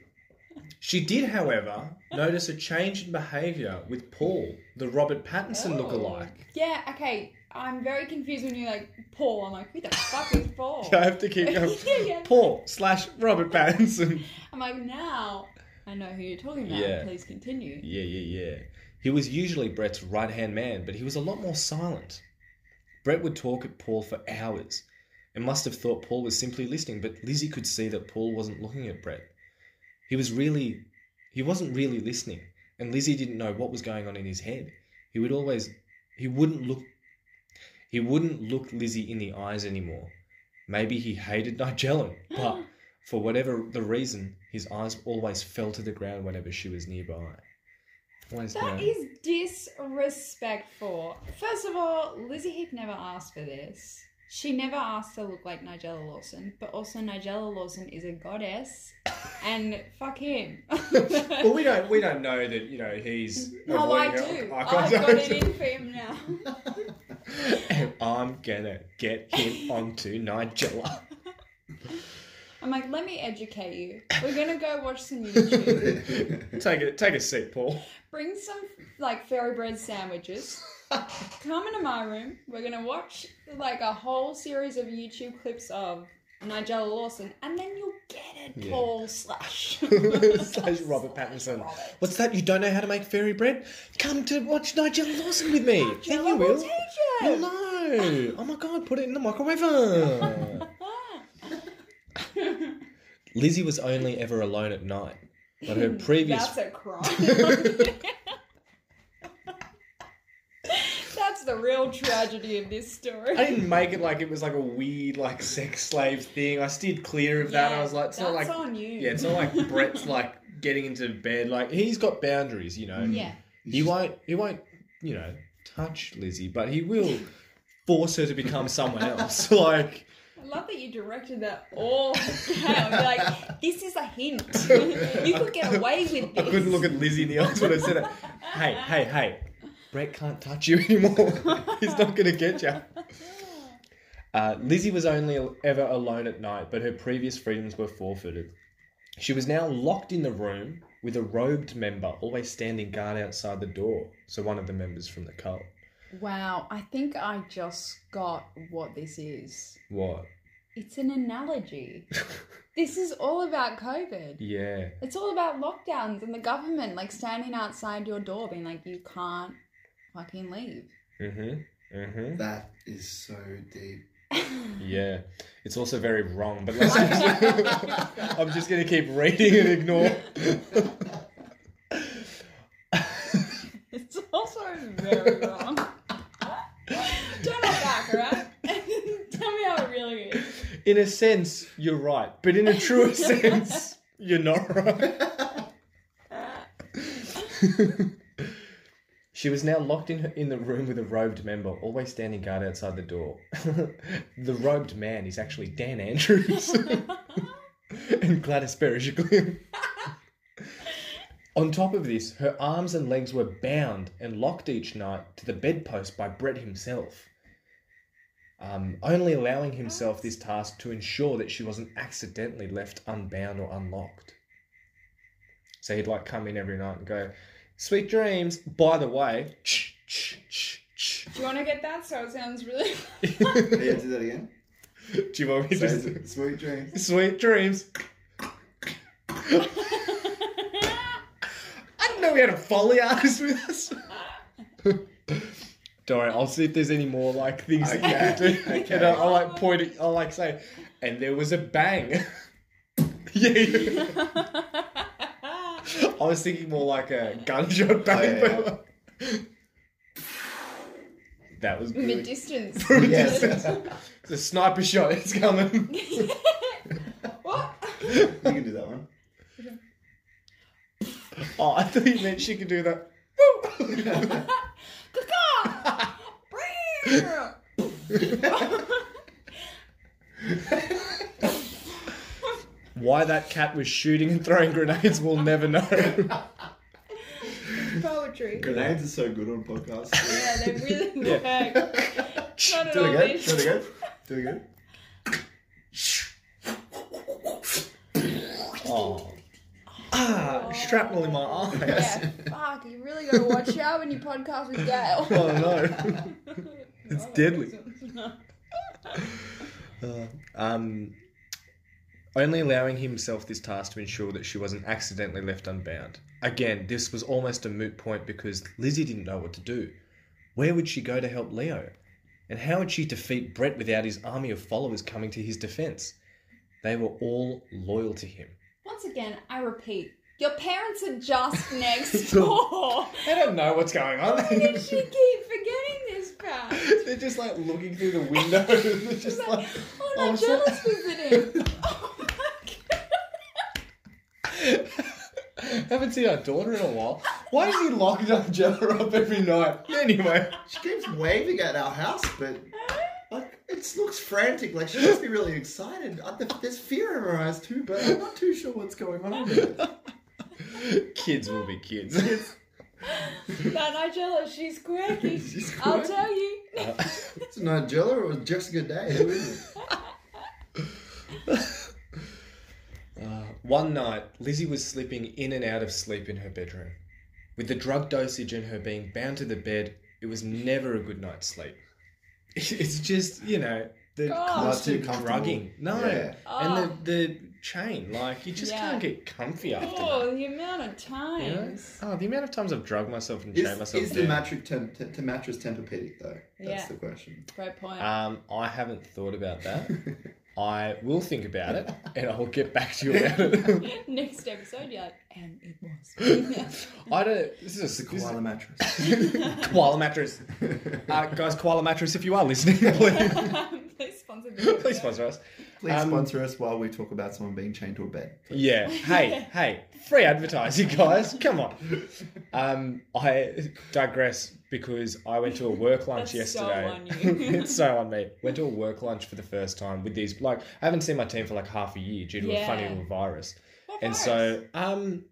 Speaker 3: She did, however, notice a change in behaviour with Paul, the Robert Pattinson
Speaker 2: Oh.
Speaker 3: lookalike.
Speaker 2: Yeah, okay. I'm very confused when you're like, Paul. I'm like, who the fuck is Paul?
Speaker 3: I have to keep going.
Speaker 2: Yeah, yeah.
Speaker 3: Paul slash Robert Pattinson.
Speaker 2: I'm like, now I know who you're talking about.
Speaker 3: Yeah.
Speaker 2: Please continue.
Speaker 3: Yeah, yeah, yeah. He was usually Brett's right hand man, but he was a lot more silent. Brett would talk at Paul for hours and must have thought Paul was simply listening, but Lizzie could see that Paul wasn't looking at Brett. He was really, he wasn't really listening, and Lizzie didn't know what was going on in his head. He would always, he wouldn't look, he wouldn't look Lizzie in the eyes anymore. Maybe he hated Nigella, but for whatever the reason, his eyes always fell to the ground whenever she was nearby. Always,
Speaker 2: That
Speaker 3: you know,
Speaker 2: is disrespectful. First of all, Lizzie Heath never asked for this. She never asked to look like Nigella Lawson, but also Nigella Lawson is a goddess, and fuck him.
Speaker 3: well, we don't we don't know that you know he's.
Speaker 2: oh, I
Speaker 3: avoiding
Speaker 2: do.
Speaker 3: eye
Speaker 2: I've got
Speaker 3: contact.
Speaker 2: it in for him now.
Speaker 3: and I'm gonna get him onto Nigella.
Speaker 2: I'm like, let me educate you. We're gonna go watch some YouTube.
Speaker 3: Take a take a seat, Paul.
Speaker 2: Bring some like fairy bread sandwiches. Come into my room. We're gonna watch like a whole series of YouTube clips of Nigella Lawson, and then you'll get it,
Speaker 3: Yeah.
Speaker 2: Paul Slash.
Speaker 3: Slash Robert Pattinson. What's that? You don't know how to make fairy bread? Come to watch Nigella Lawson with me. Then you
Speaker 2: Nigella will
Speaker 3: will.
Speaker 2: teach
Speaker 3: You'll
Speaker 2: you.
Speaker 3: know. Oh my god! Put it in the microwave. Lizzie was only ever alone at night, but her previous
Speaker 2: That's a crime. That's the real tragedy of this story.
Speaker 3: I didn't make it like it was like a weird like sex slave thing. I steered clear of that.
Speaker 2: Yeah,
Speaker 3: I was like, it's not
Speaker 2: that's
Speaker 3: like
Speaker 2: on you.
Speaker 3: yeah, it's not like Brett's like getting into bed. Like he's got boundaries, you know.
Speaker 2: Yeah.
Speaker 3: He won't. He won't. You know, touch Lizzie, but he will force her to become someone else. like
Speaker 2: I love that you directed that all down. You're like, this is a hint. you could get away with
Speaker 3: I
Speaker 2: this.
Speaker 3: couldn't look at Lizzie in the eyes when I said it. Hey, hey, hey! Brett can't touch you anymore. he's not gonna get you. Uh, Lizzie was only ever alone at night, but her previous freedoms were forfeited. She was now locked in the room with a robed member always standing guard outside the door, so one of the members from the cult.
Speaker 2: Wow, I think I just got what this is.
Speaker 3: What?
Speaker 2: It's an analogy. this is all about COVID.
Speaker 3: Yeah.
Speaker 2: It's all about lockdowns and the government like standing outside your door being like, you can't fucking leave.
Speaker 3: Mm-hmm. Mm-hmm.
Speaker 4: That is so deep.
Speaker 3: Yeah. It's also very wrong, but let's I'm just gonna keep reading and ignore.
Speaker 2: It's also very wrong. Don't look back, alright? Tell me how it really is.
Speaker 3: In a sense, you're right, but in a truer sense, you're not right. she was now locked in her, in the room with a robed member, always standing guard outside the door. the robed man is actually Dan Andrews and Gladys Berejiklian. On top of this, her arms and legs were bound and locked each night to the bedpost by Brett himself um, only allowing himself this task to ensure that she wasn't accidentally left unbound or unlocked. So he'd like come in every night and go, "Sweet dreams." By the way, ch ch ch ch.
Speaker 2: Do you want to get that so it sounds really.
Speaker 4: Yeah, do that again.
Speaker 3: Do you want me
Speaker 4: So
Speaker 3: to?
Speaker 4: is it sweet dreams.
Speaker 3: Sweet dreams. I didn't know we had a foley artist with us. Don't worry, I'll see if there's any more like things that you can do.
Speaker 4: Okay,
Speaker 3: And I, I like point it, I like say, and there was a bang. yeah, yeah. I was thinking more like a gunshot bang.
Speaker 4: yeah,
Speaker 3: but- that was good.
Speaker 2: Mid distance.
Speaker 4: Yes,
Speaker 3: it's a sniper shot, it's coming.
Speaker 2: what?
Speaker 4: you can do that one.
Speaker 3: Oh, I thought you meant she could do that.
Speaker 2: Caca! Brrr!
Speaker 3: Why that cat was shooting and throwing grenades, we'll never know.
Speaker 2: Poetry.
Speaker 4: Grenades are so good on podcasts.
Speaker 2: Yeah, they really
Speaker 3: Yeah.
Speaker 2: work. Not at
Speaker 4: Do
Speaker 2: all
Speaker 4: it again. Do it
Speaker 2: this.
Speaker 4: again. Do it again.
Speaker 3: oh. I ah, shrapnel in my eyes.
Speaker 2: Yeah, fuck, you really gotta watch out when you podcast with Gail.
Speaker 3: Oh no. It's deadly. um, only allowing himself this task to ensure that she wasn't accidentally left unbound. Again, this was almost a moot point because Lizzie didn't know what to do. Where would she go to help Leo? And how would she defeat Brett without his army of followers coming to his defense? They were all loyal to him.
Speaker 2: Once again, I repeat, your parents are just next door.
Speaker 3: I don't know what's going on.
Speaker 2: Why did she keep forgetting this part?
Speaker 3: They're just like looking through the window. They're just like,
Speaker 2: Oh, no,
Speaker 3: I'm so-
Speaker 2: Jonas visiting. Oh my god.
Speaker 3: Haven't seen our daughter in a while. Why is he locking up Jella up every night? Anyway,
Speaker 4: She keeps waving at our house, but like it looks frantic. Like she must be really excited. I, there's fear in her eyes too, but I'm not too sure what's going on. With it.
Speaker 3: kids will be kids.
Speaker 2: No, Nigella, she's quirky.
Speaker 4: She's
Speaker 2: I'll
Speaker 4: quirky.
Speaker 2: tell you.
Speaker 4: It's Nigella or Jessica Day. Who is it?
Speaker 3: One night, Lizzie was slipping in and out of sleep in her bedroom. With the drug dosage and her being bound to the bed, it was never a good night's sleep. It's just, you know, the
Speaker 2: God.
Speaker 3: constant
Speaker 4: Not too comfortable.
Speaker 3: drugging. No.
Speaker 4: Yeah.
Speaker 2: Oh.
Speaker 3: And the, the chain, like, you just
Speaker 2: Yeah.
Speaker 3: can't get comfy after that.
Speaker 2: Oh, the amount of
Speaker 3: you know?
Speaker 2: times.
Speaker 3: Oh, the amount of times I've drugged myself and chained
Speaker 4: Is,
Speaker 3: myself
Speaker 4: is
Speaker 3: down.
Speaker 4: the mattress tem- te- te- mattress tempur-pedic though? That's
Speaker 2: Yeah.
Speaker 4: the question.
Speaker 2: Great point.
Speaker 3: Um, I haven't thought about that. I will think about it and I'll get back to you about it.
Speaker 2: Next episode, you're like, and it was. Yeah.
Speaker 3: I don't. This is a this is-
Speaker 4: Koala mattress.
Speaker 3: koala mattress. Uh, guys, koala mattress, if you are listening, please,
Speaker 2: Um, Please sponsor me.
Speaker 3: please sponsor us.
Speaker 4: Please
Speaker 3: Um,
Speaker 4: sponsor us while we talk about someone being chained to a bed.
Speaker 3: Yeah. Hey, hey, free advertising, guys. Come on. Um, I digress because I went to a work lunch
Speaker 2: That's so
Speaker 3: yesterday.
Speaker 2: on you.
Speaker 3: it's so on me. Went to a work lunch for the first time with these. Like, I haven't seen my team for like half a year due to a funny
Speaker 2: Yeah.
Speaker 3: little virus.
Speaker 2: What
Speaker 3: and
Speaker 2: virus?
Speaker 3: so, um,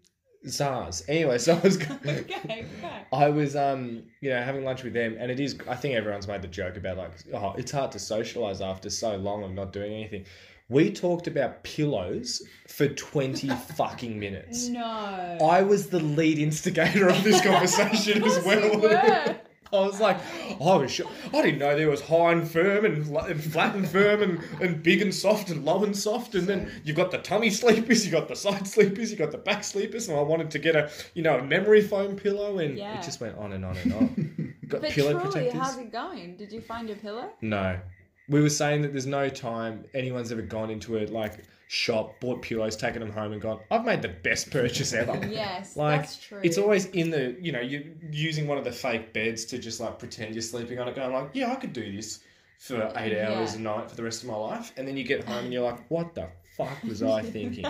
Speaker 3: SARS. Anyway, so I was.
Speaker 2: Okay, okay.
Speaker 3: I was, um, you know, having lunch with them, and it is. I think everyone's made the joke about like, oh, it's hard to socialize after so long of not doing anything. We talked about pillows for twenty fucking minutes.
Speaker 2: No.
Speaker 3: I was the lead instigator of this conversation as
Speaker 2: Yes, you
Speaker 3: well.
Speaker 2: were.
Speaker 3: I was like, I was sure. I didn't know there was high and firm and, fl- and flat and firm and, and big and soft and low and soft. And then you've got the tummy sleepers, you've got the side sleepers, you've got the back sleepers. And I wanted to get a, you know, a memory foam pillow. And
Speaker 2: Yeah.
Speaker 3: it just went on and on and on. got
Speaker 2: But
Speaker 3: pillow
Speaker 2: truly,
Speaker 3: protectors.
Speaker 2: how's it going? Did you find your pillow?
Speaker 3: No. We were saying that there's no time anyone's ever gone into a like shop, bought pillows, taken them home, and gone, I've made the best purchase ever.
Speaker 2: Yes,
Speaker 3: Like
Speaker 2: that's true.
Speaker 3: it's always in the you know you're using one of the fake beds to just like pretend you're sleeping on it, going like yeah I could do this for eight hours
Speaker 2: Yeah.
Speaker 3: a night for the rest of my life, and then you get home and you're like what the fuck was I thinking?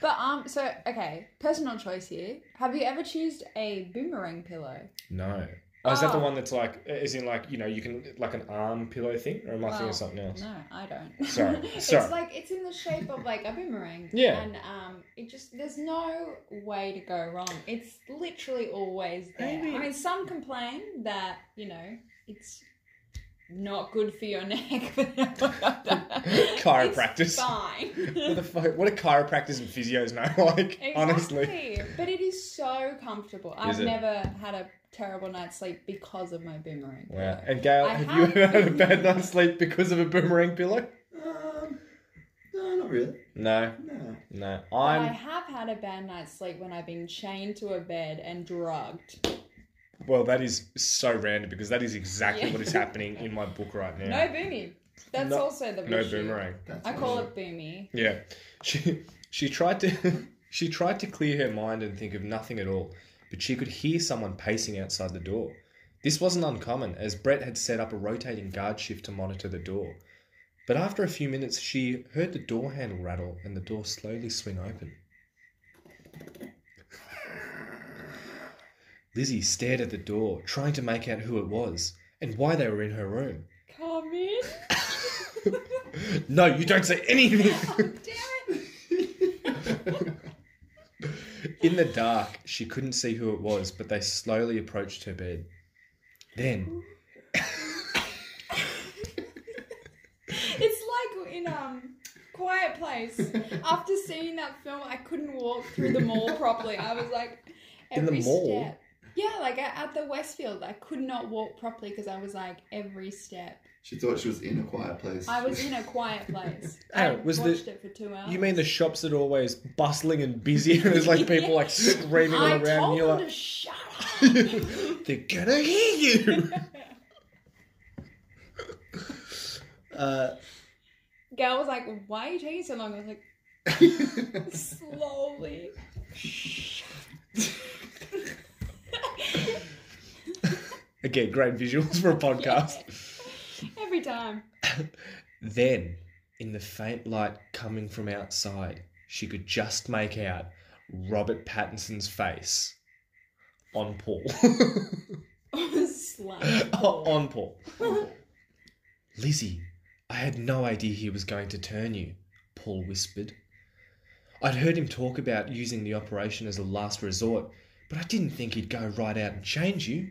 Speaker 2: But um, so okay, personal choice here. Have you ever choosed a boomerang pillow?
Speaker 3: No, oh, is that the
Speaker 2: Oh.
Speaker 3: one that's like is in like you know you can like an arm pillow thing, or am I thinking
Speaker 2: Well,
Speaker 3: of something else?
Speaker 2: No, I don't.
Speaker 3: Sorry,
Speaker 2: it's
Speaker 3: sorry.
Speaker 2: like it's in the shape of like a boomerang.
Speaker 3: Yeah.
Speaker 2: And um, it just there's no way to go wrong. It's literally always there.
Speaker 3: Maybe-
Speaker 2: I mean, some complain that you know it's not good for your neck.
Speaker 3: Chiropractors.
Speaker 2: It's fine.
Speaker 3: What the fuck? What do chiropractors and physios know? Like honestly,
Speaker 2: Exactly. But it is so comfortable. I've
Speaker 3: it?
Speaker 2: never had a terrible night's sleep because of my boomerang.
Speaker 3: wow.
Speaker 2: pillow.
Speaker 3: And Gail,
Speaker 2: I
Speaker 3: have,
Speaker 2: have-
Speaker 3: you ever had a bad night's sleep because of a boomerang pillow?
Speaker 4: Um, no, not really.
Speaker 3: No,
Speaker 4: No.
Speaker 3: no.
Speaker 2: But
Speaker 3: I'm
Speaker 2: I have had a bad night's sleep when I've been chained to a bed and drugged.
Speaker 3: Well, that is so random because that is exactly
Speaker 2: Yeah.
Speaker 3: what is happening in my book right now.
Speaker 2: No boomy. That's
Speaker 3: No-
Speaker 2: also the
Speaker 3: No
Speaker 2: issue.
Speaker 3: boomerang.
Speaker 4: That's
Speaker 2: I
Speaker 4: not
Speaker 2: call
Speaker 4: really-
Speaker 2: it boomy.
Speaker 3: Yeah, she she tried to she tried to clear her mind and think of nothing at all, but she could hear someone pacing outside the door. This wasn't uncommon, as Brett had set up a rotating guard shift to monitor the door. But after a few minutes, she heard the door handle rattle and the door slowly swing open. Lizzie stared at the door, trying to make out who it was and why they were in her room.
Speaker 2: Come in.
Speaker 3: No, you don't say anything.
Speaker 2: Damn it.
Speaker 3: In the dark, she couldn't see who it was, but they slowly approached her bed. Then,
Speaker 2: It's like in um Quiet Place. After seeing that film, I couldn't walk through the mall properly. I was like,
Speaker 3: In the
Speaker 2: every
Speaker 3: mall?
Speaker 2: step. Yeah, like at at the Westfield, I could not walk properly because I was like every step.
Speaker 4: She thought she was in a quiet place.
Speaker 2: I was in a quiet place.
Speaker 3: Oh,
Speaker 2: I
Speaker 3: was the-
Speaker 2: watched it for two hours.
Speaker 3: You mean the shops that are always bustling and busy and there's like people like screaming all
Speaker 2: I
Speaker 3: around and
Speaker 2: told
Speaker 3: you're
Speaker 2: them
Speaker 3: like,
Speaker 2: to shut
Speaker 3: they're gonna hear you.
Speaker 2: up.
Speaker 3: Uh,
Speaker 2: Gal was like, "Why are you taking so long?" I was like, slowly.
Speaker 3: again, great visuals for a podcast.
Speaker 2: Every time.
Speaker 3: Then, in the faint light coming from outside, she could just make out Robert Pattinson's face on Paul.
Speaker 2: Slap.
Speaker 3: on Paul. Lizzie, I had no idea he was going to turn you, Paul whispered. I'd heard him talk about using the operation as a last resort, but I didn't think he'd go right out and change you.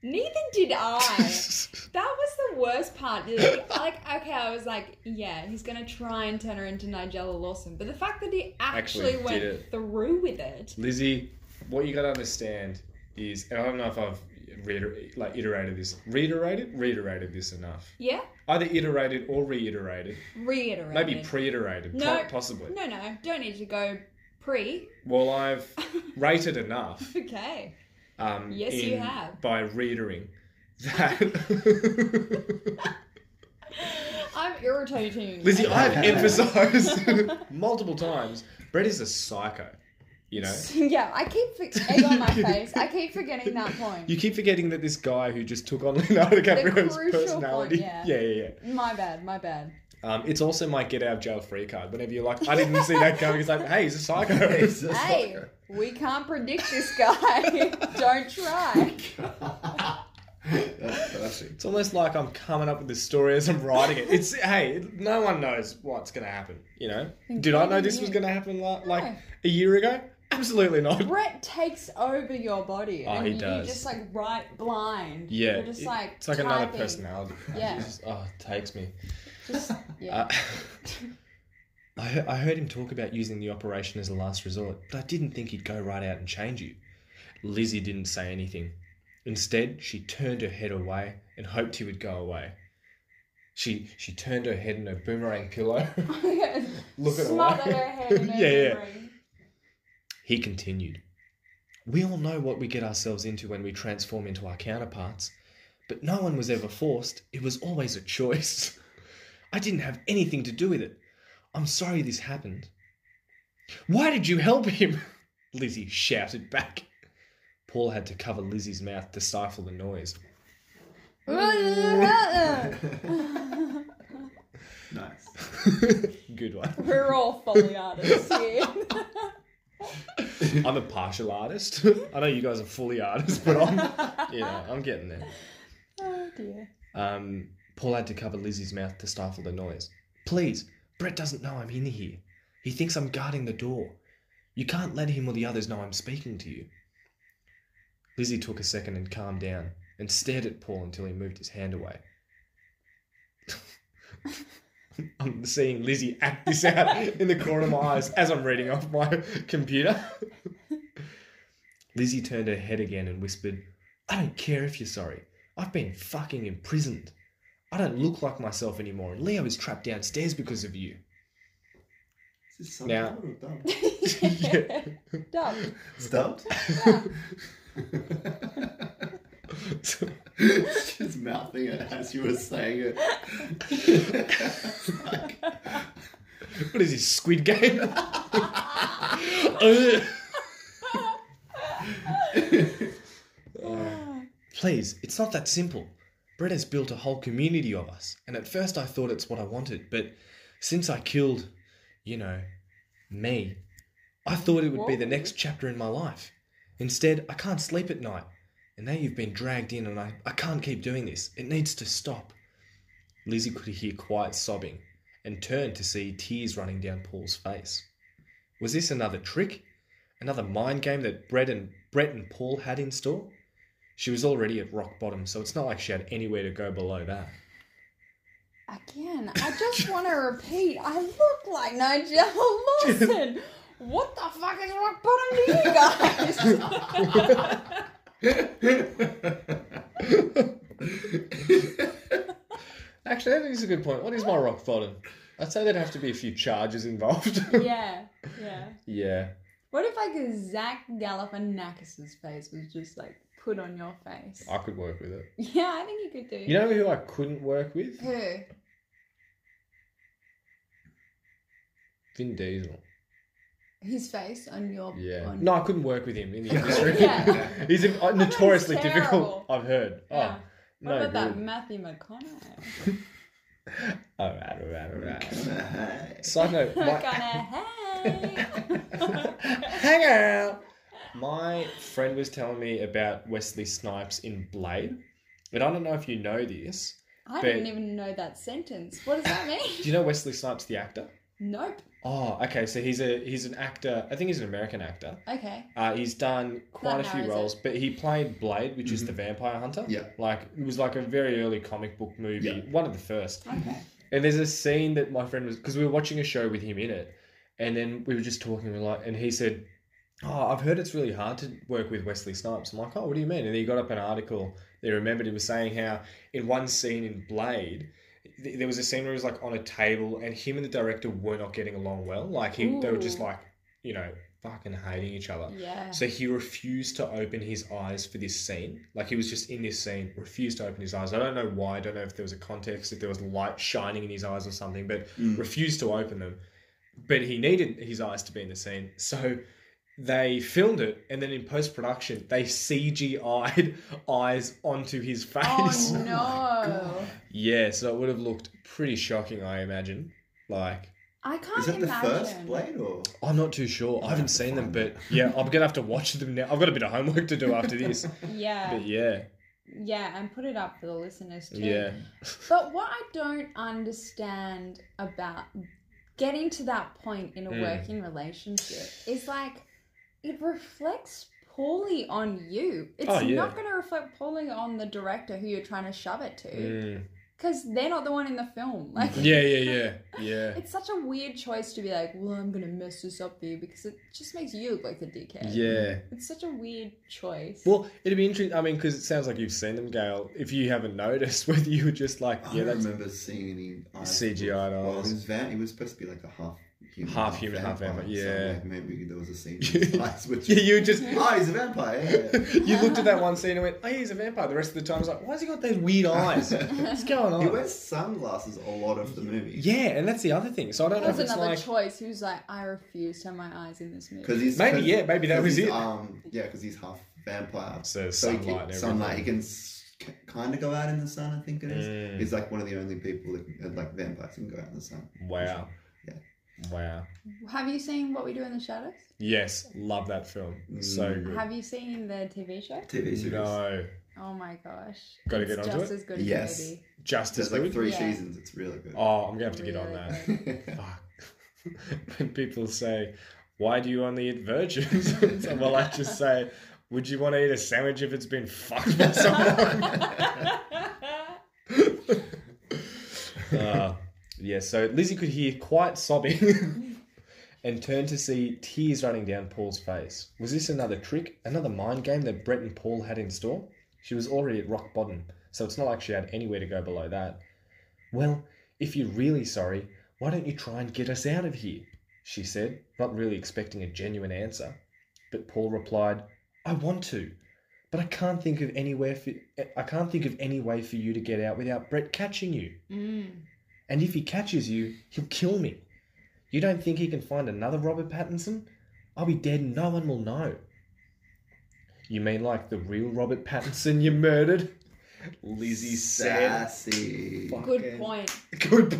Speaker 2: Neither did I. That was the worst part. Like, like, okay, I was like, yeah, he's gonna try and turn her into Nigella Lawson, but the fact that he
Speaker 3: Actually
Speaker 2: actually,
Speaker 3: did
Speaker 2: went
Speaker 3: it.
Speaker 2: through with it,
Speaker 3: Lizzie, what you gotta understand is, and I don't know if I've reiter- like iterated this, reiterated, reiterated this enough.
Speaker 2: yeah,
Speaker 3: Either iterated or reiterated,
Speaker 2: reiterated.
Speaker 3: maybe pre-iterated, po-
Speaker 2: No.
Speaker 3: possibly.
Speaker 2: No, no, don't need to go pre.
Speaker 3: Well, I've rated enough.
Speaker 2: Okay.
Speaker 3: Um,
Speaker 2: Yes, you
Speaker 3: in-
Speaker 2: have.
Speaker 3: by reiterating that.
Speaker 2: I'm irritating.
Speaker 3: Lizzie, I've
Speaker 4: Okay.
Speaker 3: emphasised multiple times. Brett is a psycho. You know,
Speaker 2: yeah, I keep for- egg on my face. I keep forgetting that point.
Speaker 3: you keep forgetting that this guy who just took on Leonardo DiCaprio's
Speaker 2: crucial point,
Speaker 3: personality.
Speaker 2: yeah.
Speaker 3: yeah, yeah, yeah.
Speaker 2: My bad, my bad.
Speaker 3: Um, it's also my get out of jail free card. Whenever you're like, I didn't see that coming. It's like, hey, he's a psycho.
Speaker 4: It's just
Speaker 2: Hey,
Speaker 4: like
Speaker 2: we can't predict this guy. Don't try.
Speaker 4: a- That's perfect.
Speaker 3: It's almost like I'm coming up with this story as I'm writing it. It's hey, no one knows what's gonna happen. You know, did I know this was gonna happen like, like a year ago? Absolutely not.
Speaker 2: Brett takes over your body,
Speaker 3: Oh,
Speaker 2: and
Speaker 3: he
Speaker 2: you
Speaker 3: does.
Speaker 2: just like right blind.
Speaker 3: Yeah,
Speaker 2: you're just
Speaker 3: it-
Speaker 2: like
Speaker 3: it's like another
Speaker 2: typing.
Speaker 3: personality.
Speaker 2: Yeah.
Speaker 3: It's just- oh, it takes me.
Speaker 2: Just, yeah.
Speaker 3: Uh, I, he- I heard him talk about using the operation as a last resort, but I didn't think he'd go right out and change you. Lizzie didn't say anything. Instead, she turned her head away and hoped he would go away. She she turned her head in her boomerang pillow. Look at her.
Speaker 2: Smother her head in her
Speaker 3: Yeah, yeah.
Speaker 2: memory.
Speaker 3: He continued, We all know what we get ourselves into when we transform into our counterparts, but no one was ever forced. It was always a choice. I didn't have anything to do with it. I'm sorry this happened. Why did you help him? Lizzie shouted back. Paul had to cover Lizzie's mouth to stifle the noise.
Speaker 4: Nice.
Speaker 3: Good one.
Speaker 2: We're all foley artists here.
Speaker 3: I'm a partial artist. I know you guys are fully artists, but I'm, you know, I'm getting there.
Speaker 2: oh dear.
Speaker 3: Um, Paul had to cover Lizzie's mouth to stifle the noise. Please, Brett doesn't know I'm in here. He thinks I'm guarding the door. You can't let him or the others know I'm speaking to you. Lizzie took a second and calmed down and stared at Paul until he moved his hand away. I'm seeing Lizzie act this out in the corner of my eyes as I'm reading off my computer. Lizzie turned her head again and whispered, I don't care if you're sorry. I've been fucking imprisoned. I don't look like myself anymore, and Leo is trapped downstairs because of you.
Speaker 4: This is
Speaker 3: Now-
Speaker 4: something I would've done.
Speaker 3: Yeah.
Speaker 2: Done.
Speaker 4: Stumped? She's mouthing it as you were saying it. Like,
Speaker 3: What is this, Squid Game? Uh, Please, it's not that simple. Brett has built a whole community of us, and at first I thought it's what I wanted, but since I killed, you know, me, I thought it would be the
Speaker 2: Whoa.
Speaker 3: next chapter in my life. Instead, I can't sleep at night, and now you've been dragged in, and I, I can't keep doing this. It needs to stop. Lizzie could hear quiet sobbing and turned to see tears running down Paul's face. Was this another trick? Another mind game that Brett and Brett and Paul had in store? She was already at rock bottom, so it's not like she had anywhere to go below that.
Speaker 2: Again, I just want to repeat. I look like Nigel Lawson. What the fuck is rock bottom to you guys?
Speaker 3: Actually, that is a good point. What is my rock bottom? I'd say there'd have to be a few charges involved.
Speaker 2: yeah, yeah.
Speaker 3: yeah.
Speaker 2: What if like a Zach Galifianakis's face was just like put on your face?
Speaker 3: I could work with it.
Speaker 2: Yeah, I think you could do.
Speaker 3: You know who I couldn't work with?
Speaker 2: Who?
Speaker 3: Vin Diesel.
Speaker 2: His face on your
Speaker 3: Yeah.
Speaker 2: on-
Speaker 3: No, I couldn't work with him in the industry.
Speaker 2: Yeah.
Speaker 3: He's a, uh, notoriously
Speaker 2: he's terrible.
Speaker 3: difficult. I've heard.
Speaker 2: Yeah.
Speaker 3: Oh,
Speaker 2: What
Speaker 3: no
Speaker 2: about that
Speaker 3: good.
Speaker 2: Matthew McConaughey?
Speaker 3: All right, all right, all right. Side note. My,
Speaker 2: McConaughey.
Speaker 3: hang out. My friend was telling me about Wesley Snipes in Blade, but I don't know if you know this.
Speaker 2: I didn't even know that sentence. What does that mean?
Speaker 3: Do you know Wesley Snipes, the actor?
Speaker 2: nope.
Speaker 3: Oh, okay. So he's a he's an actor. I think he's an American actor.
Speaker 2: Okay.
Speaker 3: Uh, he's done quite
Speaker 2: That
Speaker 3: a few
Speaker 2: narrows
Speaker 3: roles, but he played Blade, which is the Vampire Hunter.
Speaker 4: Mm-hmm. Yeah.
Speaker 3: like it was like a very early comic book movie,
Speaker 4: Yeah.
Speaker 3: one of the first.
Speaker 2: Okay.
Speaker 3: And there's a scene that my friend was because we were watching a show with him in it, and then we were just talking. We were like, and he said, "Oh, I've heard it's really hard to work with Wesley Snipes." I'm like, "Oh, what do you mean?" And he got up an article. They remembered he was saying how in one scene in Blade. th- There was a scene where he was like on a table, and him and the director were not getting along well. Like he, they were just
Speaker 2: Ooh.
Speaker 3: like, you know, fucking hating each other.
Speaker 2: Yeah.
Speaker 3: So he refused to open his eyes for this scene. Like he was just in this scene, refused to open his eyes. I don't know why. I don't know if there was a context, if there was light shining in his eyes or something, but
Speaker 4: Mm.
Speaker 3: refused to open them. But he needed his eyes to be in the scene. So they filmed it and then in post production, they CGI'd eyes onto his face.
Speaker 2: Oh
Speaker 4: my
Speaker 2: no.
Speaker 4: God.
Speaker 3: Yeah, so it would have looked pretty shocking, I imagine. Like,
Speaker 2: I can't
Speaker 4: Is it the
Speaker 2: imagine.
Speaker 4: first blade or?
Speaker 3: I'm not too sure. I haven't seen them, but yeah, I'm going to have to watch them now. I've got a bit of homework to do after this.
Speaker 2: Yeah.
Speaker 3: But yeah,
Speaker 2: Yeah, and put it up for the listeners too.
Speaker 3: yeah.
Speaker 2: But what I don't understand about getting to that point in a
Speaker 3: Mm.
Speaker 2: working relationship is like it reflects poorly on you. It's
Speaker 3: Oh, yeah.
Speaker 2: not going to reflect poorly on the director who you're trying to shove it to
Speaker 3: Mm.
Speaker 2: because they're not the one in the film. Like,
Speaker 3: Yeah, yeah, yeah, yeah.
Speaker 2: It's such a weird choice to be like, well, I'm gonna mess this up for you because it just makes you look like the dickhead.
Speaker 3: Yeah.
Speaker 2: It's such a weird choice.
Speaker 3: Well, it'd be interesting. I mean, because it sounds like you've seen them, Gail. If you haven't noticed, whether you were just like,
Speaker 4: I
Speaker 3: yeah,
Speaker 4: don't
Speaker 3: that's
Speaker 4: remember seeing any eyes.
Speaker 3: CGI
Speaker 4: Well, it
Speaker 3: eyes.
Speaker 4: was van. It was supposed to be like a half human,
Speaker 3: Half human, half vampire, yeah.
Speaker 4: So maybe, maybe there was a scene. with his eyes, which
Speaker 3: Yeah, you were just.
Speaker 4: oh, he's a vampire. Yeah.
Speaker 3: You looked at that one scene and went, "Oh, he's a vampire." The rest of the time, it's like, "Why's he got those weird eyes? What's going
Speaker 4: He
Speaker 3: on?"
Speaker 4: wears sunglasses a lot of the movie.
Speaker 3: Yeah, and that's the other thing. So I don't
Speaker 2: that
Speaker 3: know
Speaker 2: was
Speaker 3: if it's
Speaker 2: another
Speaker 3: like,
Speaker 2: choice. He was like, I refuse to have my eyes in this movie.
Speaker 4: Because he's
Speaker 3: Maybe,
Speaker 4: 'cause-
Speaker 3: yeah, maybe that
Speaker 4: 'cause
Speaker 3: was
Speaker 4: he's,
Speaker 3: it.
Speaker 4: Um, yeah, because he's half vampire.
Speaker 3: So
Speaker 4: he
Speaker 3: sunlight
Speaker 4: can,
Speaker 3: and
Speaker 4: sunlight. He
Speaker 3: everything.
Speaker 4: can kind of go out in the sun. I think it is.
Speaker 3: Mm.
Speaker 4: He's like one of the only people that uh, like vampires can go out in the sun.
Speaker 3: Wow.
Speaker 4: Yeah.
Speaker 3: Wow.
Speaker 2: Have you seen What We Do in the Shadows?
Speaker 3: Yes, love that film. So
Speaker 4: Mm.
Speaker 3: good.
Speaker 2: Have you seen the TV show?
Speaker 4: TV series.
Speaker 3: No,
Speaker 2: Oh my gosh.
Speaker 3: Gotta
Speaker 2: it's
Speaker 3: get onto
Speaker 2: just
Speaker 3: it.
Speaker 2: as good as
Speaker 4: Yes.
Speaker 2: the movie.
Speaker 3: just as
Speaker 4: There's like
Speaker 3: good?
Speaker 4: three
Speaker 2: Yeah.
Speaker 4: seasons. It's really good.
Speaker 3: Oh, I'm gonna have to get on
Speaker 2: Really
Speaker 3: that.
Speaker 2: good.
Speaker 3: Fuck. when people say, "Why do you only eat virgins?" well, I just say, "Would you want to eat a sandwich if it's been fucked by someone?" uh, yeah. So Lizzie could hear quiet sobbing. And turned to see tears running down Paul's face. Was this another trick, another mind game that Brett and Paul had in store? She was already at rock bottom, so it's not like she had anywhere to go below that. Well, if you're really sorry, why don't you try and get us out of here? She said, not really expecting a genuine answer. But Paul replied, I want to, but I can't think of anywhere for, I can't think of any way for you to get out without Brett catching you.
Speaker 2: Mm.
Speaker 3: And if he catches you, he'll kill me. You don't think he can find another Robert Pattinson? I'll be dead and no one will know. You mean like the real Robert Pattinson you murdered? Lizzie said.
Speaker 4: sassy.
Speaker 2: Good point.
Speaker 3: Good point.
Speaker 2: Good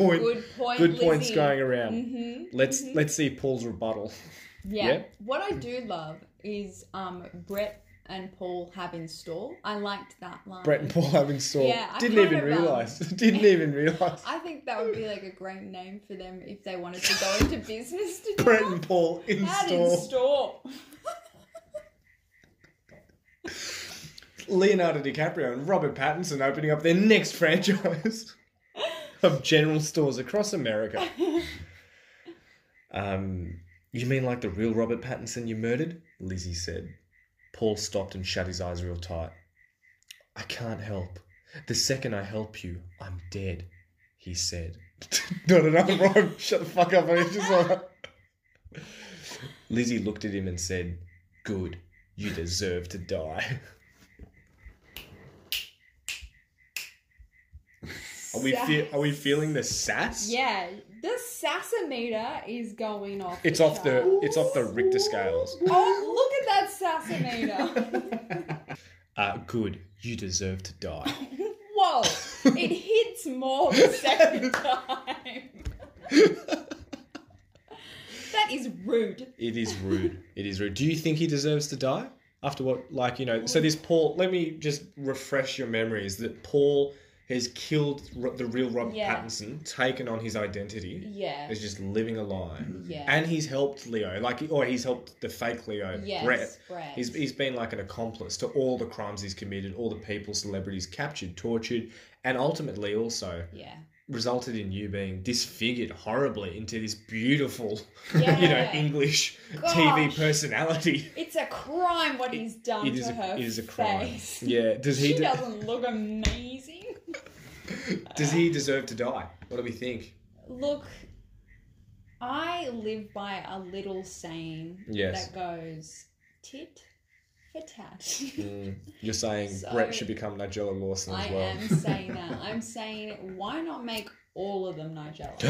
Speaker 2: point.
Speaker 3: Good points going around.
Speaker 2: hmm
Speaker 3: Let's let's see Paul's rebuttal.
Speaker 2: Yeah.
Speaker 3: Yeah.
Speaker 2: What I do love is um, Brett and Paul have in store. I liked that line.
Speaker 3: Brett and Paul have in store.
Speaker 2: Yeah, I
Speaker 3: Didn't even
Speaker 2: kinda, um,
Speaker 3: realise. Didn't even realise.
Speaker 2: I think that would be like a great name for them if they wanted to go into business together.
Speaker 3: Brett and Paul in
Speaker 2: Had
Speaker 3: store.
Speaker 2: in store.
Speaker 3: Leonardo DiCaprio and Robert Pattinson opening up their next franchise. of general stores across America. Um, you mean like the real Robert Pattinson you murdered? Lizzie said. Paul stopped and shut his eyes real tight. I can't help. The second I help you, I'm dead, he said. no, no, no, I'm wrong. Shut the fuck up. I just want Lizzie looked at him and said, Good, you deserve to die. Are we, fe- are we feeling the sass?
Speaker 2: Yeah, the sassometer is going off.
Speaker 3: It's off
Speaker 2: charts.
Speaker 3: the it's off the Richter scales.
Speaker 2: Oh, look at that sassometer!
Speaker 3: Uh, good. You deserve to die.
Speaker 2: Whoa, it hits more the second time.
Speaker 6: That is rude.
Speaker 3: It is rude. It is rude. Do you think he deserves to die? After what, like, you know, so this Paul, let me just refresh your memories that Paul has killed Ro- the real Robert
Speaker 6: Yeah.
Speaker 3: Pattinson, taken on his identity,
Speaker 6: Yeah.
Speaker 3: is just living a lie.
Speaker 6: Yeah.
Speaker 3: And he's helped Leo, like, or he's helped the fake Leo,
Speaker 6: Yes,
Speaker 3: Brett.
Speaker 6: Brett.
Speaker 3: He's, he's been like an accomplice to all the crimes he's committed, all the people, celebrities captured, tortured, and ultimately also
Speaker 6: Yeah.
Speaker 3: resulted in you being disfigured horribly into this beautiful, you know,
Speaker 2: Yeah.
Speaker 3: English
Speaker 2: Gosh.
Speaker 3: TV personality.
Speaker 2: It's a crime what he's done
Speaker 3: It
Speaker 2: to
Speaker 3: is,
Speaker 2: her
Speaker 3: a, it is a crime.
Speaker 2: face.
Speaker 3: Yeah. Does he
Speaker 2: She
Speaker 3: de-
Speaker 2: doesn't look amazing.
Speaker 3: does he deserve to die? What do we think?
Speaker 2: Look, I live by a little saying
Speaker 3: Yes.
Speaker 2: that goes tit for tat.
Speaker 3: Mm. You're saying
Speaker 2: So-
Speaker 3: Brett should become Nigella Lawson as
Speaker 2: I
Speaker 3: well.
Speaker 2: am saying that. I'm saying why not make all of them Nigellas?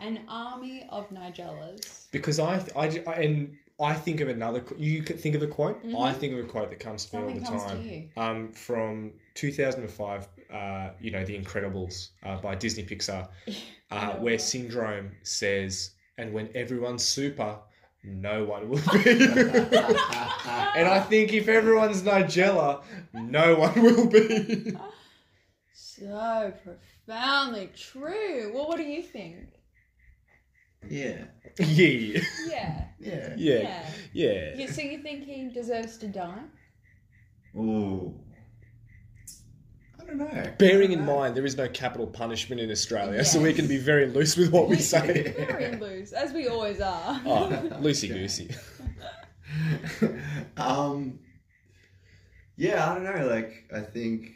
Speaker 2: An army of Nigellas.
Speaker 3: because I, th- I, ju- I- and I think of another. qu- You could think of a quote. I think of a quote that comes to me
Speaker 2: Mm-hmm. Something
Speaker 3: all the
Speaker 2: comes to
Speaker 3: time.
Speaker 2: you.
Speaker 3: Um, from 2005, uh, you know, The Incredibles uh, by Disney Pixar, uh, where Syndrome says, "And when everyone's super, no one will be." and I think if everyone's Nigella, no one will be.
Speaker 2: So profoundly true. Well, what do you think?
Speaker 4: Yeah.
Speaker 3: yeah,
Speaker 2: Yeah.
Speaker 4: Yeah.
Speaker 3: yeah,
Speaker 2: Yeah.
Speaker 3: yeah.
Speaker 2: You, so you think he deserves to die?
Speaker 4: Ooh. I don't know.
Speaker 3: Bearing in mind there is no capital punishment in Australia, so we
Speaker 2: uh-huh. Yes.
Speaker 3: can be very loose with what we say.
Speaker 2: Very loose, as we always are.
Speaker 3: Oh, loosey goosey.
Speaker 4: um, yeah, I don't know. Like, I think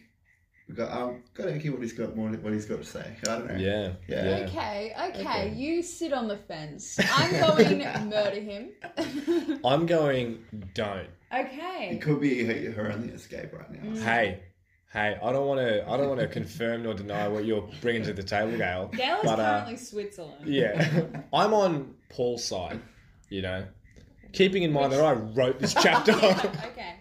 Speaker 4: we got um, got to hear what he's got more what he's got to say. I don't know.
Speaker 3: Yeah,
Speaker 4: Yeah.
Speaker 3: yeah.
Speaker 2: Okay, okay,
Speaker 3: Okay.
Speaker 2: you sit on the fence. I'm going murder him.
Speaker 3: I'm going. Don't.
Speaker 2: okay.
Speaker 4: It could be her, her only escape right now.
Speaker 3: Hey, hey, I don't want to. I don't want to confirm nor deny what you're bringing to the table, Gail.
Speaker 2: Gail is
Speaker 3: but, uh,
Speaker 2: currently Switzerland.
Speaker 3: yeah, I'm on Paul's side. You know, keeping in mind that I wrote this chapter.
Speaker 2: okay.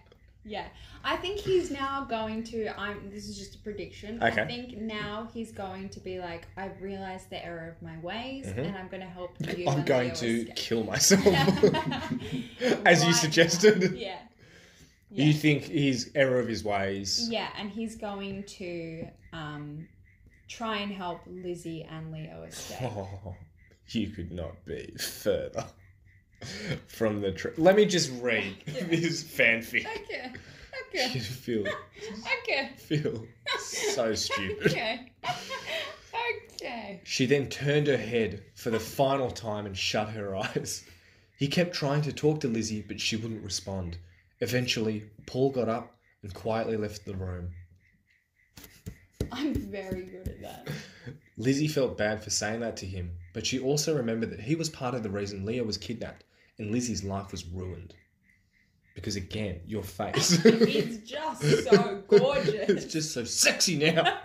Speaker 2: Yeah. I think he's now going to I'm this is just a prediction. I
Speaker 3: Okay.
Speaker 2: think now he's going to be like, I've realized the error of my ways and I'm gonna help you.
Speaker 3: Mm-hmm. I'm
Speaker 2: and
Speaker 3: going
Speaker 2: Leo
Speaker 3: to
Speaker 2: escape."
Speaker 3: kill myself, as
Speaker 2: Right
Speaker 3: you
Speaker 2: now.
Speaker 3: suggested.
Speaker 2: Yeah.
Speaker 3: You think his error of his ways.
Speaker 2: Yeah, and he's going to um try and help Lizzie and Leo escape.
Speaker 3: Oh, you could not be further from the truth. Let me just read this fanfic.
Speaker 2: okay.
Speaker 3: You
Speaker 2: Okay.
Speaker 3: feel
Speaker 2: Okay.
Speaker 3: feel so stupid.
Speaker 2: Okay. okay.
Speaker 3: She then turned her head for the final time and shut her eyes. He kept trying to talk to Lizzie, but she wouldn't respond. Eventually, Paul got up and quietly left the room.
Speaker 2: I'm very good at that.
Speaker 3: Lizzie felt bad for saying that to him, but she also remembered that he was part of the reason Leo was kidnapped and Lizzie's life was ruined. Because again, your face.
Speaker 2: It's just so gorgeous.
Speaker 3: It's just so sexy now.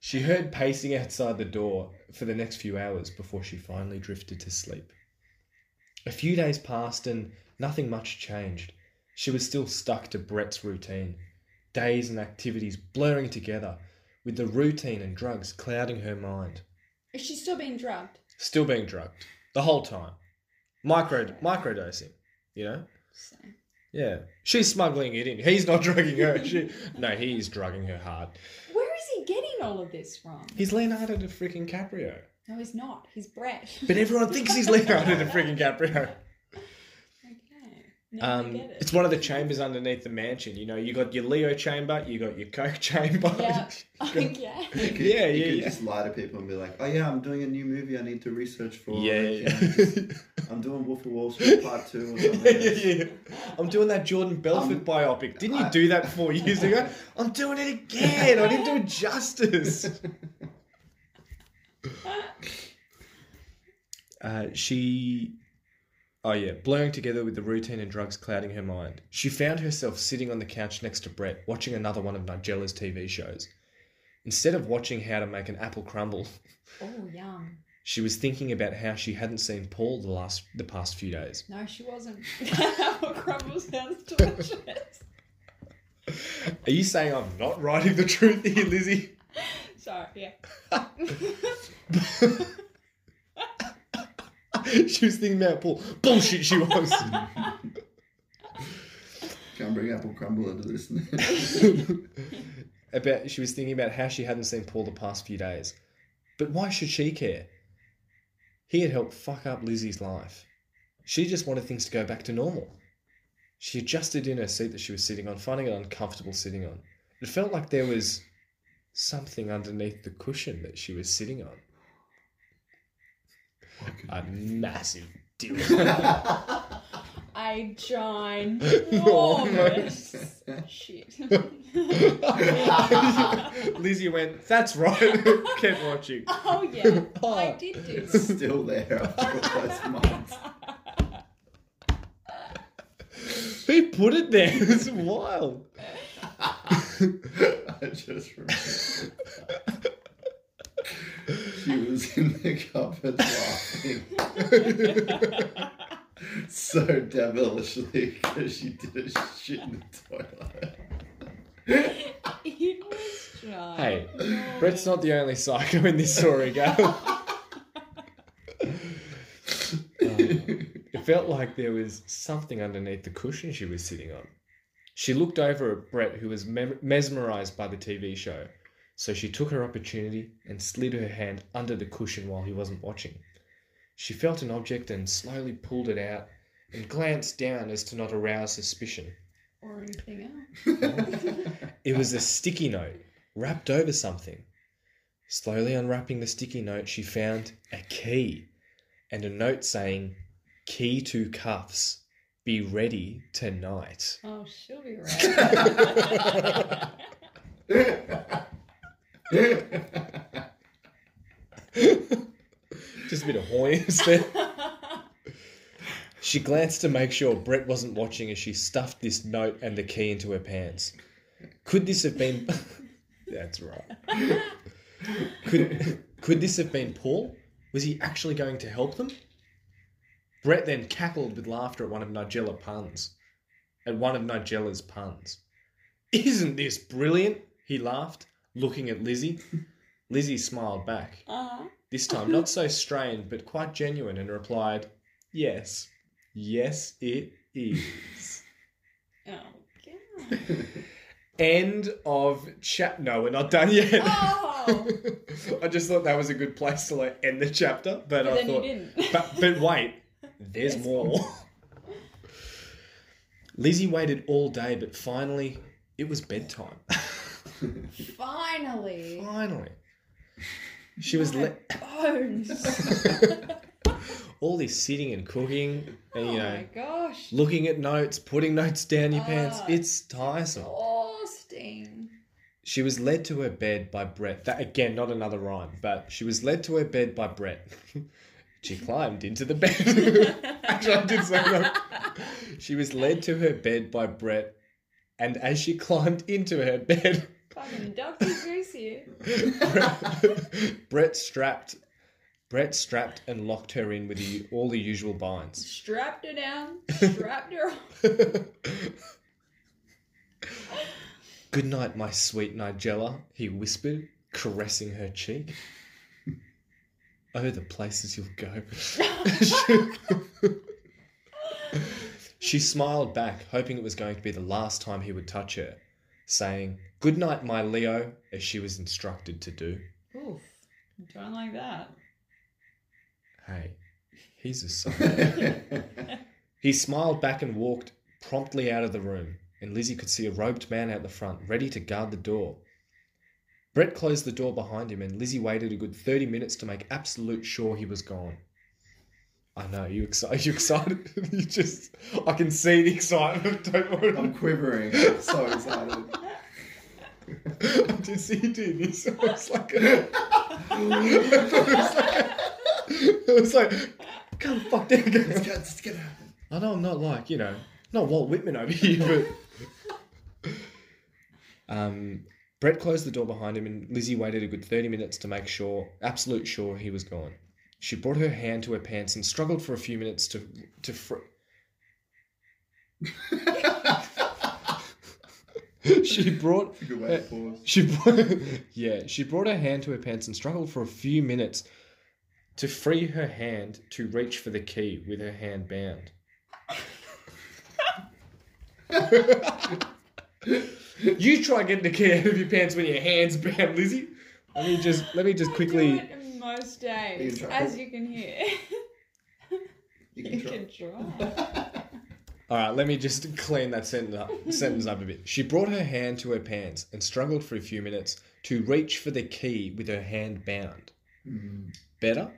Speaker 3: she heard pacing outside the door for the next few hours before she finally drifted to sleep. A few days passed and nothing much changed. She was still stuck to Brett's routine. Days and activities blurring together, with the routine and drugs clouding her mind.
Speaker 2: Is she still being drugged?
Speaker 3: Still being drugged the whole time. Micro microdosing, you know?
Speaker 2: So.
Speaker 3: Yeah. She's smuggling it in. He's not drugging her. She, no, he is drugging her hard.
Speaker 2: Where is he getting all of this from?
Speaker 3: He's Leonardo da freaking Caprio.
Speaker 2: No, he's not. He's Brett.
Speaker 3: But everyone thinks he's Leonardo da freaking Caprio.
Speaker 2: okay.
Speaker 5: No, I
Speaker 3: Um,
Speaker 5: get it.
Speaker 3: it's one of the chambers underneath the mansion. You know, you got your Leo chamber, you got your Coke chamber.
Speaker 5: Yeah.
Speaker 2: Oh,
Speaker 3: You got-
Speaker 5: yeah.
Speaker 4: You could,
Speaker 3: Yeah,
Speaker 4: you
Speaker 3: yeah,
Speaker 4: could
Speaker 3: yeah.
Speaker 4: just lie to people and be like, "Oh yeah, I'm doing a new movie. I need to research
Speaker 3: yeah,
Speaker 4: for. like, you
Speaker 3: yeah,
Speaker 4: know, just- I'm doing Wolf of Wall Street Part Two or something."
Speaker 3: yeah, yeah. I'm doing that Jordan Belfort
Speaker 4: Um,
Speaker 3: biopic. Didn't you
Speaker 4: I-
Speaker 3: do that four years ago? I'm doing it again. I didn't do it justice. uh, she. Oh, yeah. Blurring together with the routine and drugs clouding her mind. She found herself sitting on the couch next to Brett, watching another one of Nigella's TV shows. Instead of watching how to make an apple crumble,
Speaker 5: Oh, yum.
Speaker 3: she was thinking about how she hadn't seen Paul the last the past few days.
Speaker 5: No, she wasn't. Apple crumble sounds delicious.
Speaker 3: Are you saying I'm not writing the truth here, Lizzie?
Speaker 5: Sorry, yeah.
Speaker 3: she was thinking about Paul. Bullshit, she was.
Speaker 4: Can't bring Apple Crumbler to this.
Speaker 3: about she was thinking about how she hadn't seen Paul the past few days. But why should she care? He had helped fuck up Lizzie's life. She just wanted things to go back to normal. She adjusted in her seat that she was sitting on, finding it uncomfortable sitting on. It felt like there was something underneath the cushion that she was sitting on. A massive dildo.
Speaker 5: I joined. Oh
Speaker 3: Enormous.
Speaker 5: Shit.
Speaker 3: Lizzie went, that's right. Kept watching.
Speaker 5: oh, yeah. I did do that.
Speaker 4: Still there after all those months.
Speaker 3: Who put it there? It's wild.
Speaker 4: I just remember. she was in the cupboard laughing so devilishly because she did a shit in the toilet.
Speaker 5: It was dry.
Speaker 3: Hey, Brett's not the only psycho in this story, go. it felt like there was something underneath the cushion she was sitting on. She looked over at Brett, who was mem- mesmerized by the TV show, so she took her opportunity and slid her hand under the cushion while he wasn't watching. She felt an object and slowly pulled it out and glanced down as to not arouse suspicion.
Speaker 5: Or anything else.
Speaker 3: It was a sticky note wrapped over something. Slowly unwrapping the sticky note, she found a key and a note saying, Key to cuffs, be ready tonight.
Speaker 5: Oh, she'll be right.
Speaker 3: Just a bit of hoyance there. she glanced to make sure Brett wasn't watching as she stuffed this note and the key into her pants. Could this have been. That's right. Could, could this have been Paul? Was he actually going to help them? Brett then cackled with laughter at one of Nigella puns. At one of Nigella's puns. Isn't this brilliant? He laughed, looking at Lizzie. Lizzie smiled back
Speaker 5: uh-huh.
Speaker 3: this time not so strained but quite genuine and replied yes yes it is
Speaker 5: Oh, God.
Speaker 3: end of chap no we're not done yet
Speaker 5: Oh!
Speaker 3: i just thought that was a good place to like end the chapter but,
Speaker 5: But
Speaker 3: i
Speaker 5: then you
Speaker 3: thought
Speaker 5: didn't.
Speaker 3: but but wait there's more lizzie waited all day but finally it was bedtime
Speaker 5: Finally.
Speaker 3: finally she was le-
Speaker 5: Bones.
Speaker 3: all this sitting and cooking and
Speaker 5: Oh,
Speaker 3: you know
Speaker 5: my gosh.
Speaker 3: looking at notes, putting notes down your pants.
Speaker 5: Ah.
Speaker 3: It's tiresome.
Speaker 5: Austin.
Speaker 3: She was led to her bed by Brett. That again, not another rhyme, but she was led to her bed by Brett. she climbed into the bed. Actually, I did say that. She was led to her bed by Brett, and as she climbed into her bed,
Speaker 5: Fucking Dr. Goose here.
Speaker 3: Brett, Brett strapped. Brett strapped and locked her in with the, all the usual binds.
Speaker 5: Strapped her down. Strapped her on.
Speaker 3: Good night, my sweet Nigella, he whispered, caressing her cheek. Oh, the places you'll go. she smiled back, hoping it was going to be the last time he would touch her, saying, Good night, my Leo, as she was instructed to do.
Speaker 5: Oof. Don't like that.
Speaker 3: Hey, he's a son. he smiled back and walked promptly out of the room, and Lizzie could see a robed man out the front, ready to guard the door. Brett closed the door behind him, and Lizzie waited a good 30 minutes to make absolute sure he was gone. I know, you excited. You excited? you just. I can see the excitement. Don't worry.
Speaker 4: I'm quivering. I'm so excited.
Speaker 3: I did see you do this. I was like, I thought it was like, I was like, come fuck down,
Speaker 4: It's
Speaker 3: guys.
Speaker 4: gonna, it's gonna happen.
Speaker 3: I know I'm not like you know, not Walt Whitman over here, but um, Brett closed the door behind him, and Lizzie waited a good thirty minutes to make sure, absolute sure, he was gone. She brought her hand to her pants and struggled for a few minutes to to fr- she brought
Speaker 4: Good way to pause.
Speaker 3: she brought, yeah, she brought her hand to her pants and struggled for a few minutes to free her hand to reach for the key with her hand bound. you try getting the key out of your pants when your hand's bound, Lizzie. Let me just let me just
Speaker 5: I
Speaker 2: Oh,
Speaker 3: quickly.
Speaker 5: do it most days,
Speaker 4: You can try.
Speaker 5: as you can hear.
Speaker 4: You
Speaker 5: you
Speaker 4: can try.
Speaker 5: can try.
Speaker 3: All right, let me just clean that sentence up, sentence up a bit. She brought her hand to her pants and struggled for a few minutes to reach for the key with her hand bound.
Speaker 4: Mm.
Speaker 3: Better.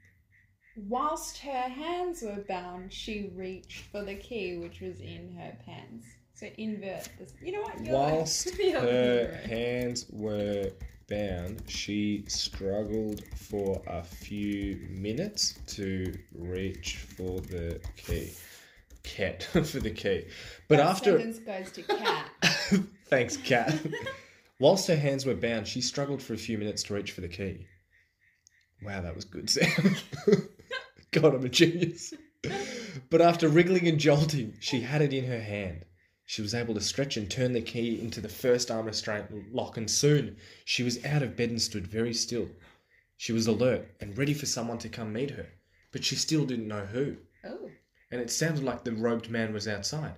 Speaker 5: Whilst her hands were bound, she reached for the key which was in her pants. So invert this. You know what? You're
Speaker 3: Whilst
Speaker 5: you're
Speaker 3: her
Speaker 5: right.
Speaker 3: hands were bound, she struggled for a few minutes to reach for the key. Cat for the key. But
Speaker 5: That
Speaker 3: after.
Speaker 5: sentence goes to cat.
Speaker 3: Thanks, cat. Whilst her hands were bound, she struggled for a few minutes to reach for the key. Wow, that was good, Sam. God, I'm a genius. But after wriggling and jolting, she had it in her hand. She was able to stretch and turn the key into the first arm restraint lock, and soon she was out of bed and stood very still. She was alert and ready for someone to come meet her, but she still didn't know who,
Speaker 5: oh,
Speaker 3: and it sounded like the robed man was outside.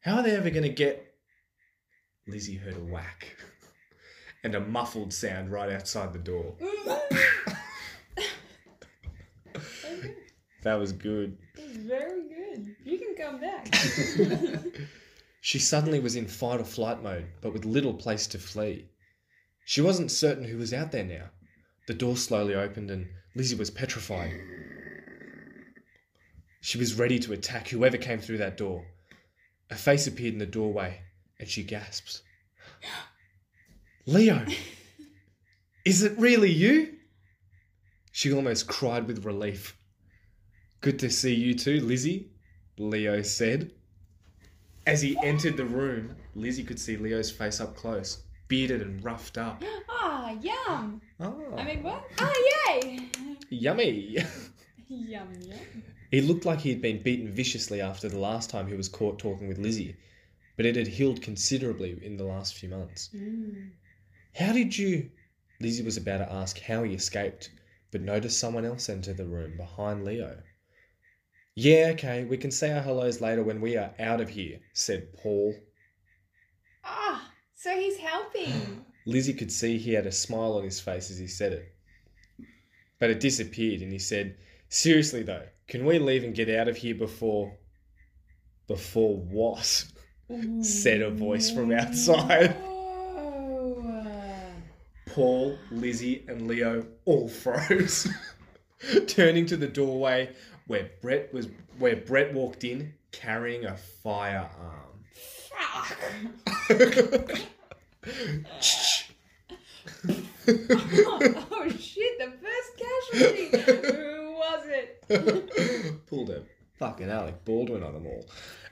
Speaker 3: How are they ever going to get. Lizzie heard a whack and a muffled sound right outside the door. That was good.
Speaker 5: that's very good. You can come back.
Speaker 3: She suddenly was in fight or flight mode, but with little place to flee. She wasn't certain who was out there now. The door slowly opened and Lizzie was petrified. She was ready to attack whoever came through that door. A face appeared in the doorway and she gasped. Leo! Is it really you? She almost cried with relief. Good to see you too, Lizzie, Leo said. As he entered the room, Lizzie could see Leo's face up close, bearded and roughed up.
Speaker 5: Ah, yum.
Speaker 3: Oh,
Speaker 5: I mean, what? Ah, yay.
Speaker 3: yummy!
Speaker 5: yum, yum.
Speaker 3: he looked like he had been beaten viciously after the last time he was caught talking with Lizzie, but it had healed considerably in the last few months.
Speaker 5: Mm.
Speaker 3: How did you? Lizzie was about to ask how he escaped, but noticed someone else enter the room behind Leo. Yeah, okay, we can say our hellos later when we are out of here, said Paul.
Speaker 5: Ah, so he's helping.
Speaker 3: Lizzie could see he had a smile on his face as he said it. But it disappeared, and he said, Seriously, though, can we leave and get out of here before. Before what? said a voice from outside.
Speaker 5: Oh.
Speaker 3: Paul, Lizzie, and Leo all froze, turning to the doorway where Brett was where Brett walked in carrying a firearm.
Speaker 5: Fuck. oh shit, the first casualty. Who was it?
Speaker 3: pulled a fucking Alec Baldwin on them all.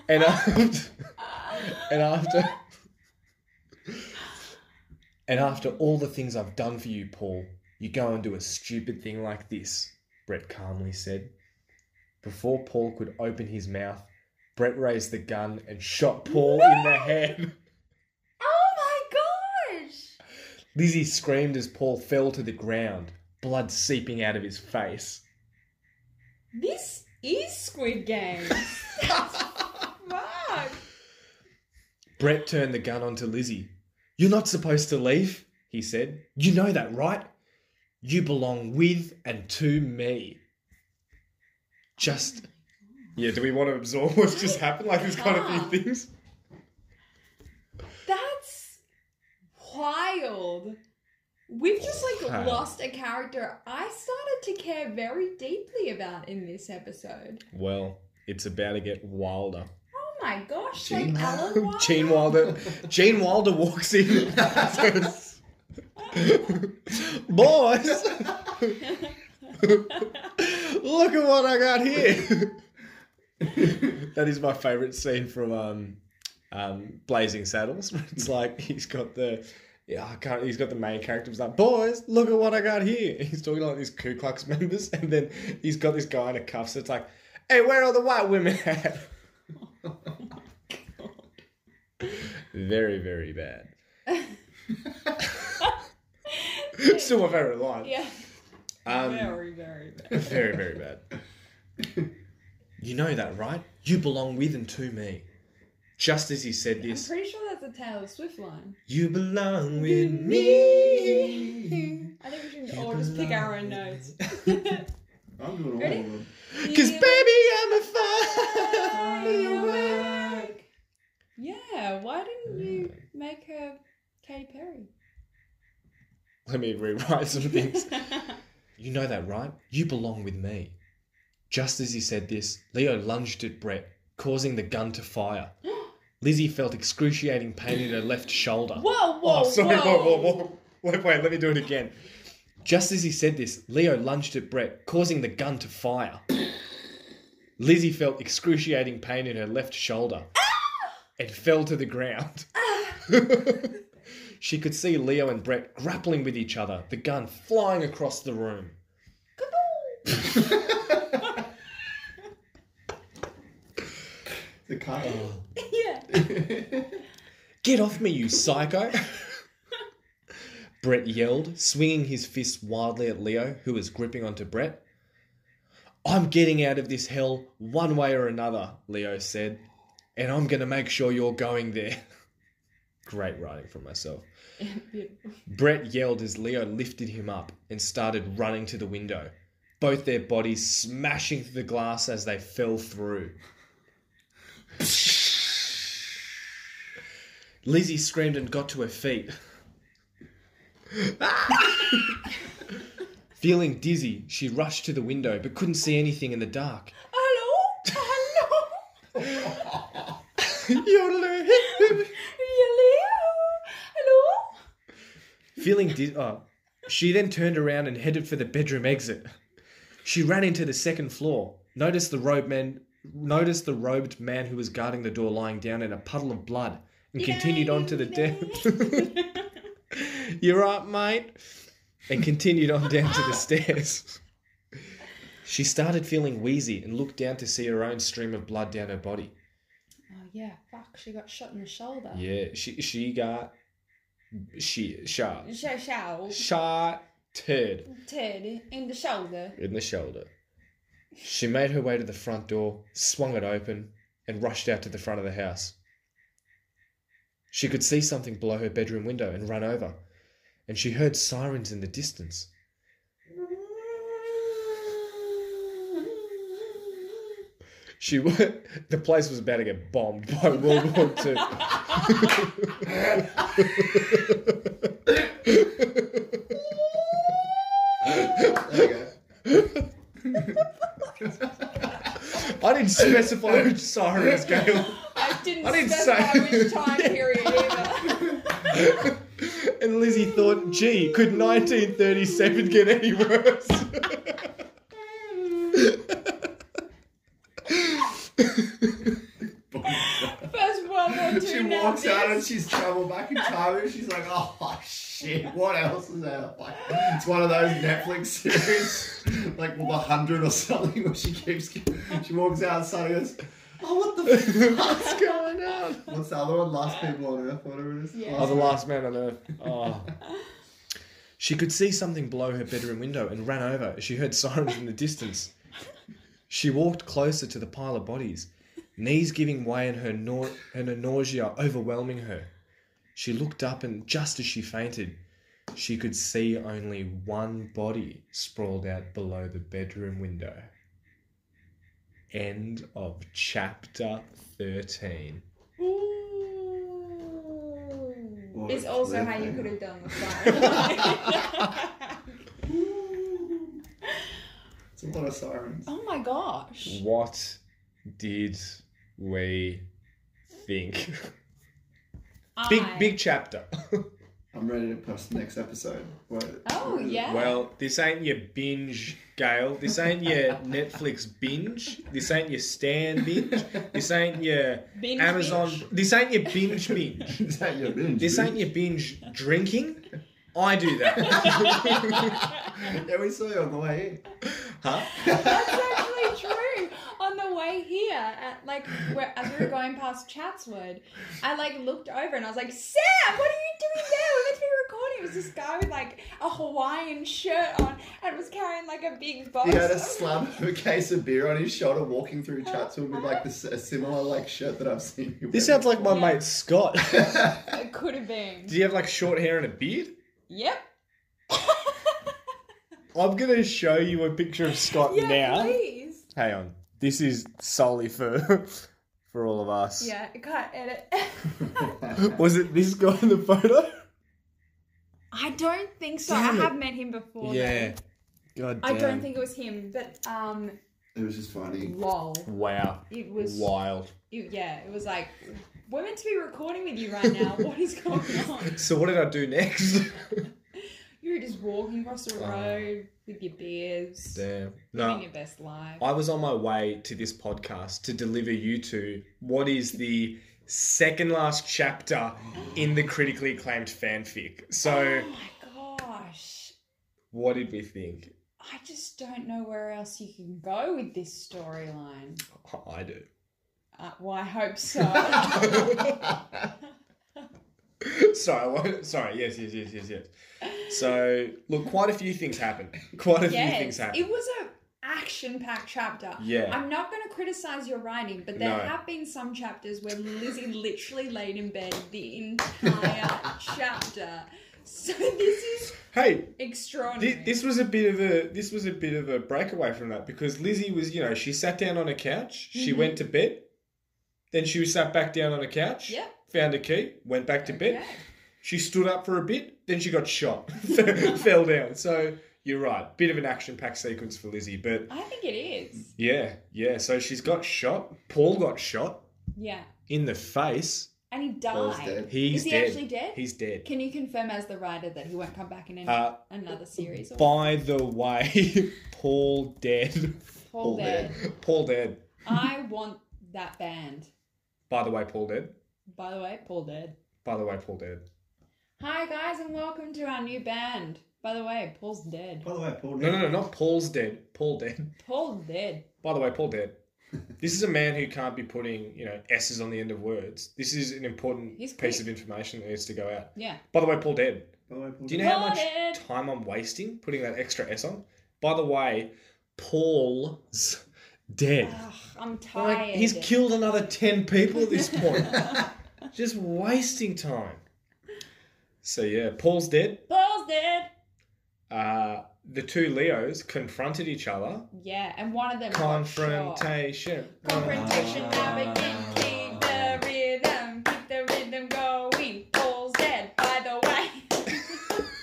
Speaker 3: And um, after,
Speaker 5: Oh
Speaker 3: and after, and after all the things I've done for you, Paul, you go and do a stupid thing like this, Brett calmly said. Before Paul could open his mouth, Brett raised the gun and shot Paul in the head.
Speaker 5: Oh my gosh.
Speaker 3: Lizzie screamed as Paul fell to the ground, blood seeping out of his face.
Speaker 5: This is Squid Game. Fuck.
Speaker 3: Brett turned the gun onto Lizzie. You're not supposed to leave, he said. You know that, right? You belong with and to me. Just, Yeah, do we want to absorb what's just happened? Like, there's kind of few things.
Speaker 5: That's wild. We've just like
Speaker 3: Wow.
Speaker 5: lost a character I started to care very deeply about in this episode.
Speaker 3: Well, it's about to get wilder.
Speaker 5: Oh my gosh,
Speaker 4: Gene
Speaker 5: like Alan Wilde.
Speaker 3: Gene Wilder. Gene Wilder walks in. Boys, look at what I got here. that is my favorite scene from um, um, Blazing Saddles. It's like he's got the. Yeah, I can't, he's got the main character. He's like, boys, look at what I got here. He's talking to like these Ku Klux members, and then he's got this guy in a cuff. So it's like, hey, where are the white women at? Very, very bad. Still my favorite line.
Speaker 5: Yeah.
Speaker 3: Um,
Speaker 5: Very, very bad.
Speaker 3: very, very bad. You know that, right? You belong with and to me. Just as he said
Speaker 5: I'm
Speaker 3: this,
Speaker 5: pretty sure that's a Taylor Swift line.
Speaker 3: you belong with me.
Speaker 5: I think we should all just pick our own notes.
Speaker 4: I'm doing all
Speaker 5: Ready?
Speaker 4: of them.
Speaker 3: Cause
Speaker 5: You
Speaker 3: baby, I'm a firework.
Speaker 5: firework. Yeah, why didn't you make her Katy Perry?
Speaker 3: Let me rewrite some things. You know that, right? You belong with me. Just as he said this, Leo lunged at Brett, causing the gun to fire. Lizzie felt excruciating pain in her left shoulder.
Speaker 5: Whoa, whoa,
Speaker 3: Oh, sorry,
Speaker 5: whoa.
Speaker 3: whoa, whoa, whoa. Wait, wait, let me do it again. Just as he said this, Leo lunged at Brett, causing the gun to fire. Lizzie felt excruciating pain in her left shoulder and fell to the ground. she could see Leo and Brett grappling with each other, the gun flying across the room.
Speaker 4: The car.
Speaker 3: Oh.
Speaker 5: Yeah.
Speaker 3: Get off me, you psycho! Brett yelled, swinging his fists wildly at Leo, who was gripping onto Brett. I'm getting out of this hell one way or another, Leo said, and I'm going to make sure you're going there. Great writing from myself. Brett yelled as Leo lifted him up and started running to the window, both their bodies smashing through the glass as they fell through. Lizzie screamed and got to her feet. Feeling dizzy, she rushed to the window but couldn't see anything in the dark.
Speaker 5: Hello? Hello? Hello?
Speaker 3: Feeling dizzy, oh, she then turned around and headed for the bedroom exit. She ran into the second floor, noticed the robed man, noticed the robed man who was guarding the door lying down in a puddle of blood, and continued on to the deck. You're right, mate. And continued on down to the stairs. She started feeling wheezy and looked down to see her own stream of blood down her body.
Speaker 5: Oh, yeah, fuck, she got shot in the shoulder.
Speaker 3: Yeah, she she got she shot
Speaker 5: Show, show,
Speaker 3: shot Ted
Speaker 5: Ted, in the shoulder.
Speaker 3: in the shoulder. She made her way to the front door, swung it open, and rushed out to the front of the house. She could see something below her bedroom window and run over, and she heard sirens in the distance. She wa the place was about to get bombed by World War Two.
Speaker 4: There
Speaker 3: I didn't specify which sirens, Gail.
Speaker 5: I didn't,
Speaker 3: I didn't
Speaker 5: specify
Speaker 3: say.
Speaker 5: which time period either.
Speaker 3: And Lizzie thought, gee, could 1937 get any worse?
Speaker 4: you go.
Speaker 5: First World War II,
Speaker 4: She
Speaker 5: now
Speaker 4: walks out and
Speaker 5: this.
Speaker 4: she's traveled back in time and she's like, oh shit, what else is out? Like, it's one of those Netflix series, like The 100 or something, where she keeps, she walks outside and goes, oh, what the fuck?
Speaker 3: What's going on?
Speaker 4: What's the other one? Last People on Earth, whatever it is.
Speaker 5: Yeah.
Speaker 3: Oh, the last man on earth. Oh. She could see something below her bedroom window and ran over. She heard sirens in the distance. She walked closer to the pile of bodies, knees giving way and her, nau- and her nausea overwhelming her. She looked up and just as she fainted, she could see only one body sprawled out below the bedroom window. end of chapter 13.
Speaker 2: Ooh.
Speaker 4: Well,
Speaker 2: It's
Speaker 4: it's
Speaker 2: also how you
Speaker 4: living.
Speaker 2: could have done the fire.
Speaker 4: It's a lot of sirens.
Speaker 7: Oh my gosh.
Speaker 3: What did we think? big,
Speaker 2: I-
Speaker 3: big chapter.
Speaker 4: I'm ready to post the next episode. What?
Speaker 7: Oh, yeah.
Speaker 3: well, this ain't your binge, Gail. This ain't your Netflix binge. This ain't your Stan binge. This ain't your
Speaker 7: Binge,
Speaker 3: Amazon.
Speaker 7: binge.
Speaker 3: This ain't your binge binge.
Speaker 4: Is that your binge?
Speaker 3: This
Speaker 4: bitch?
Speaker 3: ain't your binge drinking. I do that.
Speaker 4: Yeah, we saw you on the way
Speaker 3: huh?
Speaker 2: That's actually true. On the way here, at like where as we were going past Chatswood, I like looked over and I was like, Sam, what are you doing there? We're meant to be recording. It was this guy with like a Hawaiian shirt on and was carrying like a big box.
Speaker 4: here. He had a slab of a case of beer on his shoulder, walking through Chatswood with like this, a similar like shirt that I've seen. You
Speaker 3: This
Speaker 4: wear.
Speaker 3: sounds like my mate Scott.
Speaker 7: It could have been.
Speaker 3: Do you have like short hair and a beard?
Speaker 7: Yep.
Speaker 3: I'm gonna show you a picture of Scott
Speaker 2: yeah,
Speaker 3: now.
Speaker 2: please.
Speaker 3: Hang on. This is solely for for all of us.
Speaker 2: Yeah, I can't edit.
Speaker 3: Was it this guy in the photo?
Speaker 2: I don't think so.
Speaker 3: Damn
Speaker 2: I
Speaker 3: it.
Speaker 2: have met him before.
Speaker 3: Yeah.
Speaker 2: though.
Speaker 3: God damn.
Speaker 2: I don't think it was him, but um,
Speaker 4: It was just funny.
Speaker 2: lol.
Speaker 3: Wow.
Speaker 2: It was.
Speaker 3: Wild.
Speaker 2: It, yeah, it was like we're meant to be recording with you right now. what is going on?
Speaker 3: So what did I do next?
Speaker 2: You were just walking across the road with your beers,
Speaker 3: Uh, damn.
Speaker 2: living
Speaker 3: No.
Speaker 2: your best life.
Speaker 3: I was on my way to this podcast to deliver you to what is the second last chapter in the critically acclaimed fanfic. So
Speaker 2: Oh my gosh.
Speaker 3: what did we think?
Speaker 2: I just don't know where else you can go with this storyline.
Speaker 3: I do.
Speaker 2: Uh, well, I hope so. I
Speaker 3: sorry, I won't- sorry. Yes, yes, yes, yes, yes. So, look, quite a few things happened. Quite a few things
Speaker 2: yes,
Speaker 3: happened.
Speaker 2: it was a action-packed chapter.
Speaker 3: Yeah.
Speaker 2: I'm not going to criticize your writing, but there
Speaker 3: No.
Speaker 2: have been some chapters where Lizzie literally laid in bed the entire chapter. So this is
Speaker 3: hey,
Speaker 2: extraordinary.
Speaker 3: thi- this was a bit of a this was a bit of a breakaway from that because Lizzie was, you know, she sat down on a couch,
Speaker 2: Mm-hmm.
Speaker 3: she went to bed, then she was sat back down on a couch,
Speaker 2: Yep.
Speaker 3: found a key, went back to bed.
Speaker 2: Okay.
Speaker 3: She stood up for a bit, then she got shot, fell down. So you're right, bit of an action-packed sequence for Lizzie, but
Speaker 2: I think it is.
Speaker 3: yeah, yeah. So she's got shot. Paul got shot
Speaker 2: Yeah.
Speaker 3: in the face.
Speaker 2: And he
Speaker 4: Paul's
Speaker 2: died.
Speaker 4: dead.
Speaker 3: He's
Speaker 2: Is he
Speaker 3: dead.
Speaker 2: actually dead?
Speaker 3: He's dead.
Speaker 2: Can you confirm as the writer that he won't come back in any,
Speaker 3: Uh,
Speaker 2: another series? Or
Speaker 3: By the way, Paul dead.
Speaker 2: Paul
Speaker 4: Paul
Speaker 2: dead.
Speaker 3: Paul dead.
Speaker 2: I want that band.
Speaker 3: By the way, Paul dead.
Speaker 2: By the way, Paul dead.
Speaker 3: By the way, Paul dead.
Speaker 2: Hi guys and welcome to our new band. By the way, Paul's dead.
Speaker 4: By the way, Paul.
Speaker 3: No, no, no, not Paul's dead. Paul dead.
Speaker 2: Paul dead.
Speaker 3: By the way, Paul dead. This is a man who can't be putting, you know, S's on the end of words. This is an important
Speaker 2: He's
Speaker 3: piece
Speaker 2: quick.
Speaker 3: of information that needs to go out.
Speaker 2: Yeah.
Speaker 3: By the way, Paul dead.
Speaker 4: By the way, Paul.
Speaker 3: Do you know how
Speaker 2: Paul
Speaker 3: much
Speaker 2: dead.
Speaker 3: time I'm wasting putting that extra S on? By the way, Paul's dead.
Speaker 2: Ugh, I'm tired.
Speaker 3: Like, he's killed another 10 people at this point. Just wasting time. So, yeah, Paul's dead.
Speaker 2: Paul's dead.
Speaker 3: Uh, the two Leos confronted each other.
Speaker 2: Yeah, and one of them. got shot.
Speaker 3: Confrontation.
Speaker 2: Confrontation. Now begin. Keep the rhythm. Keep the rhythm going. Paul's dead. By the way.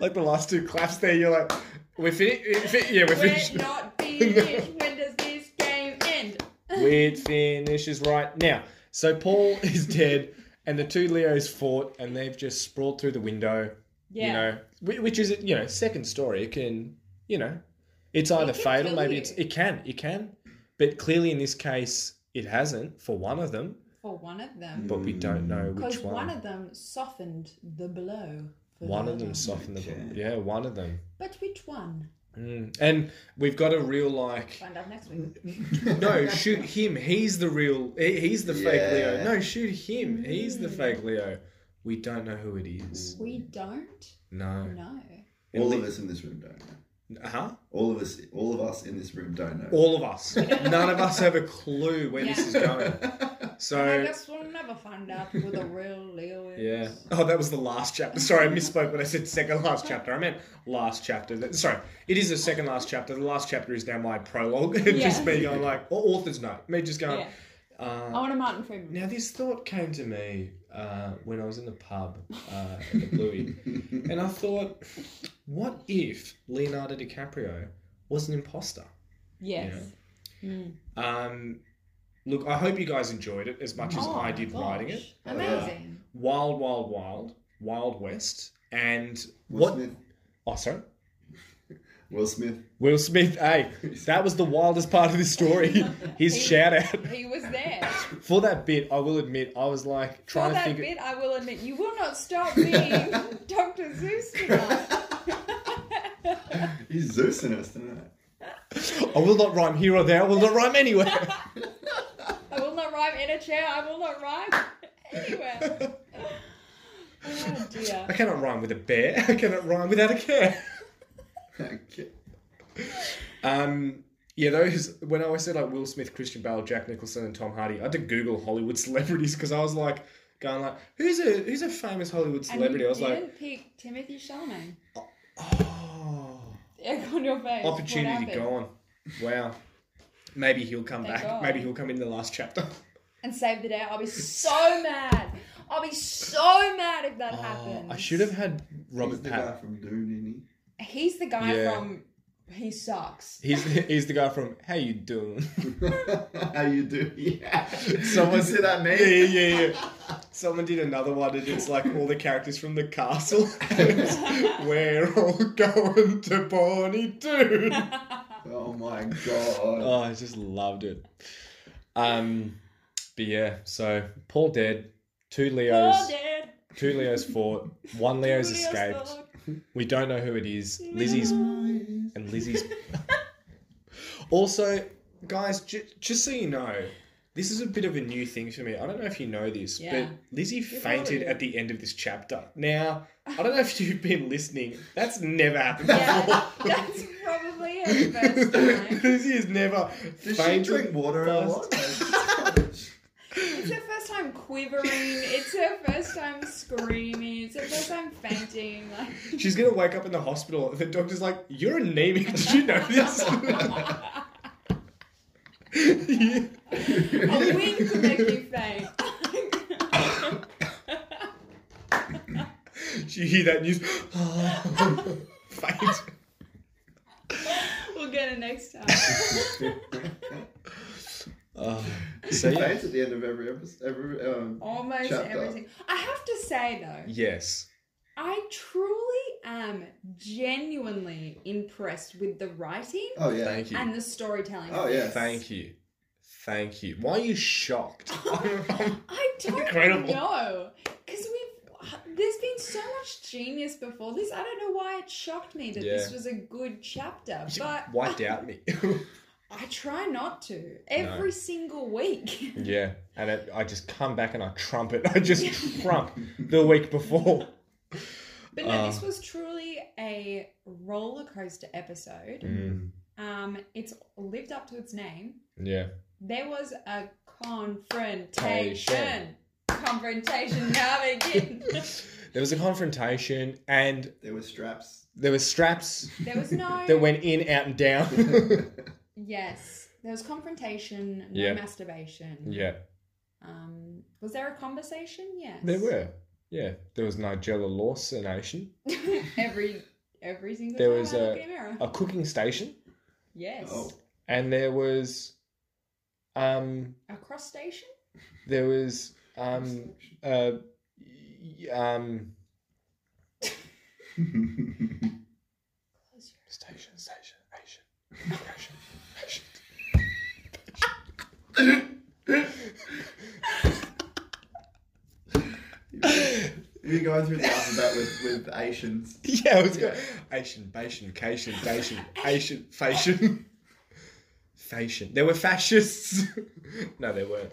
Speaker 3: like the last two claps there, you're like, we're finished. yeah, we're finished.
Speaker 2: We're not finished. when does this game end?
Speaker 3: Weird finishes right now. So, Paul is dead, and the two Leos fought, and they've just sprawled through the window.
Speaker 2: Yeah.
Speaker 3: you know, whi- which is you know, second story. It can, you know, it's either
Speaker 2: can
Speaker 3: fatal,
Speaker 2: kill
Speaker 3: maybe
Speaker 2: you.
Speaker 3: it's it can, it can, but clearly in this case, it hasn't for one of them.
Speaker 2: For one of them.
Speaker 3: But we don't know
Speaker 2: Because
Speaker 3: which
Speaker 2: Mm. one.
Speaker 3: one.
Speaker 2: of them softened the blow. For
Speaker 3: One
Speaker 2: the
Speaker 3: of them
Speaker 2: other.
Speaker 3: softened the blow. Yeah, one of them.
Speaker 2: But which one?
Speaker 3: Mm. And we've got a real like.
Speaker 2: Find out next week.
Speaker 3: Mm. No, shoot him. He's the real. he- He's the fake Leo.
Speaker 4: Yeah.
Speaker 3: No, shoot him. He's the fake Leo. We don't know who it is.
Speaker 2: We don't
Speaker 3: No.
Speaker 2: know.
Speaker 4: All of us in this room don't know.
Speaker 3: Uh huh.
Speaker 4: All of us, all of us in this room don't know.
Speaker 3: All of us. None of us have a clue where this is going.
Speaker 2: I
Speaker 3: So.
Speaker 2: guess we'll never find out who the real Leo is.
Speaker 3: Yeah. Oh, that was the last chapter. Sorry, I misspoke when I said second last chapter. I meant last chapter. That- Sorry, it is the second last chapter. The last chapter is now my prologue. and just me going like, or author's note. Me just going.
Speaker 8: Yeah.
Speaker 3: Uh,
Speaker 8: I want a Martin Freeman.
Speaker 3: Now, this thought came to me uh, when I was in the pub uh, at the Bluey, and I thought, what if Leonardo DiCaprio was an imposter?
Speaker 8: Yes.
Speaker 3: Um, look, I hope you guys enjoyed it as much as
Speaker 2: Oh
Speaker 3: I
Speaker 2: my
Speaker 3: did
Speaker 2: gosh.
Speaker 3: writing it.
Speaker 2: Amazing.
Speaker 3: Wild, wild, wild, Wild West, and
Speaker 4: Will
Speaker 3: what?
Speaker 4: Smith.
Speaker 3: Oh, sorry.
Speaker 4: Will Smith.
Speaker 3: Will Smith, hey, that was the wildest part of this story. His shout out
Speaker 2: He was there.
Speaker 3: for that bit. I will admit, I was like
Speaker 2: For
Speaker 3: trying to
Speaker 2: that
Speaker 3: think.
Speaker 2: bit, I will admit, you will not stop being Dr. Zeus tonight.
Speaker 4: He's Zeus in us tonight.
Speaker 3: I will not rhyme here or there. I will not rhyme anywhere.
Speaker 2: I will not rhyme in a chair. I will not rhyme anywhere. Oh dear.
Speaker 3: I cannot rhyme with a bear. I cannot rhyme without a care.
Speaker 4: Okay.
Speaker 3: Um, yeah, those when I always said like Will Smith, Christian Bale, Jack Nicholson, and Tom Hardy, I had to Google Hollywood celebrities because I was like going like, who's a who's a famous Hollywood celebrity? I was
Speaker 2: you
Speaker 3: like,
Speaker 2: didn't pick Timothy Chalamet.
Speaker 3: oh,
Speaker 2: Egg on your face. What
Speaker 3: opportunity
Speaker 2: happened?
Speaker 3: gone. Wow. Maybe he'll come
Speaker 2: Thank
Speaker 3: back.
Speaker 2: God.
Speaker 3: Maybe he'll come in the last chapter.
Speaker 2: And save the day. I'll be so mad. I'll be so mad if that happens.
Speaker 3: Oh, I should have had Robert
Speaker 4: He's the
Speaker 3: Pattinson.
Speaker 4: guy from Dune,
Speaker 2: He's the guy
Speaker 3: Yeah.
Speaker 2: from. He sucks.
Speaker 3: He's, he's the guy from How You Doing?
Speaker 4: isn't he? How you do? Yeah.
Speaker 3: Someone-
Speaker 4: Someone see that
Speaker 3: Yeah,
Speaker 4: meme?
Speaker 3: yeah, yeah, yeah. Someone did another one, and it's like all the characters from the castle. We're all going to Bonnie Doon.
Speaker 4: Oh my god.
Speaker 3: Oh, I just loved it. Um, but yeah, so Paul dead, two Leos,
Speaker 2: Oh, dead.
Speaker 3: two Leos fought, one Leo's
Speaker 2: Leo's
Speaker 3: escaped.
Speaker 2: gone.
Speaker 3: We don't know who it is. Lizzie's and Lizzie's. also, guys, j- just so you know, this is a bit of a new thing for me. I don't know if you know this,
Speaker 2: Yeah.
Speaker 3: but Lizzie fainted
Speaker 2: probably-
Speaker 3: at the end of this chapter. Now, I don't know if you've been listening. That's never happened before.
Speaker 2: Yeah, that's probably his first time.
Speaker 3: Lizzie has never
Speaker 4: Does she
Speaker 3: fainted.
Speaker 4: drink water a lot?
Speaker 2: It's her first time quivering. It's her first time screaming. It's her first time fainting. Like,
Speaker 3: She's gonna wake up in the hospital. The doctor's like, "You're anemic. Did you know this?" Yeah.
Speaker 2: a win could make you faint.
Speaker 3: She hear that news. Faint.
Speaker 2: We'll get it next time.
Speaker 3: Oh, so
Speaker 4: She
Speaker 3: yeah.
Speaker 4: faints at the end of every episode. Every, um,
Speaker 2: Almost
Speaker 4: Chapter.
Speaker 2: everything. I have to say though,
Speaker 3: Yes.
Speaker 2: I truly am genuinely impressed with the writing
Speaker 4: oh yeah.
Speaker 3: Thank you.
Speaker 2: and the storytelling.
Speaker 4: Oh yeah.
Speaker 3: Thank you. Thank you. Why are you shocked?
Speaker 2: I don't
Speaker 3: Incredible.
Speaker 2: know. Because we've. There's been so much genius before this. I don't know why it shocked me that this
Speaker 3: Yeah.
Speaker 2: was a good chapter, but
Speaker 3: Why doubt me?
Speaker 2: I try not to every single week.
Speaker 3: yeah. And it, I just come back and I trump it. I just trump the week before.
Speaker 2: But no, this
Speaker 3: Um.
Speaker 2: was truly a roller coaster episode.
Speaker 3: Mm.
Speaker 2: Um, it's lived up to its name.
Speaker 3: Yeah.
Speaker 2: There was a confrontation. Confrontation now begin.
Speaker 3: There was a confrontation and
Speaker 4: There were straps.
Speaker 3: there were straps
Speaker 2: There was no
Speaker 3: that went in, out, and down.
Speaker 2: yes. There was confrontation, no
Speaker 3: Yeah.
Speaker 2: masturbation.
Speaker 3: yeah.
Speaker 2: Um, was there a conversation? Yes.
Speaker 3: There were. Yeah. There was Nigella Lawsonation,
Speaker 2: every every single
Speaker 3: There
Speaker 2: time
Speaker 3: was
Speaker 2: I
Speaker 3: a-
Speaker 2: look in a mirror.
Speaker 3: a cooking station,
Speaker 2: Yes.
Speaker 4: Oh.
Speaker 3: and there was um
Speaker 2: A cross station?
Speaker 3: there was um uh y- um Station, station, station, station, station.
Speaker 4: You're going through the alphabet with with Asians.
Speaker 3: Yeah, I was going. Asian, Bation, Cation, Dation, Asian, Fashion. Fashion. There were fascists. no, there weren't.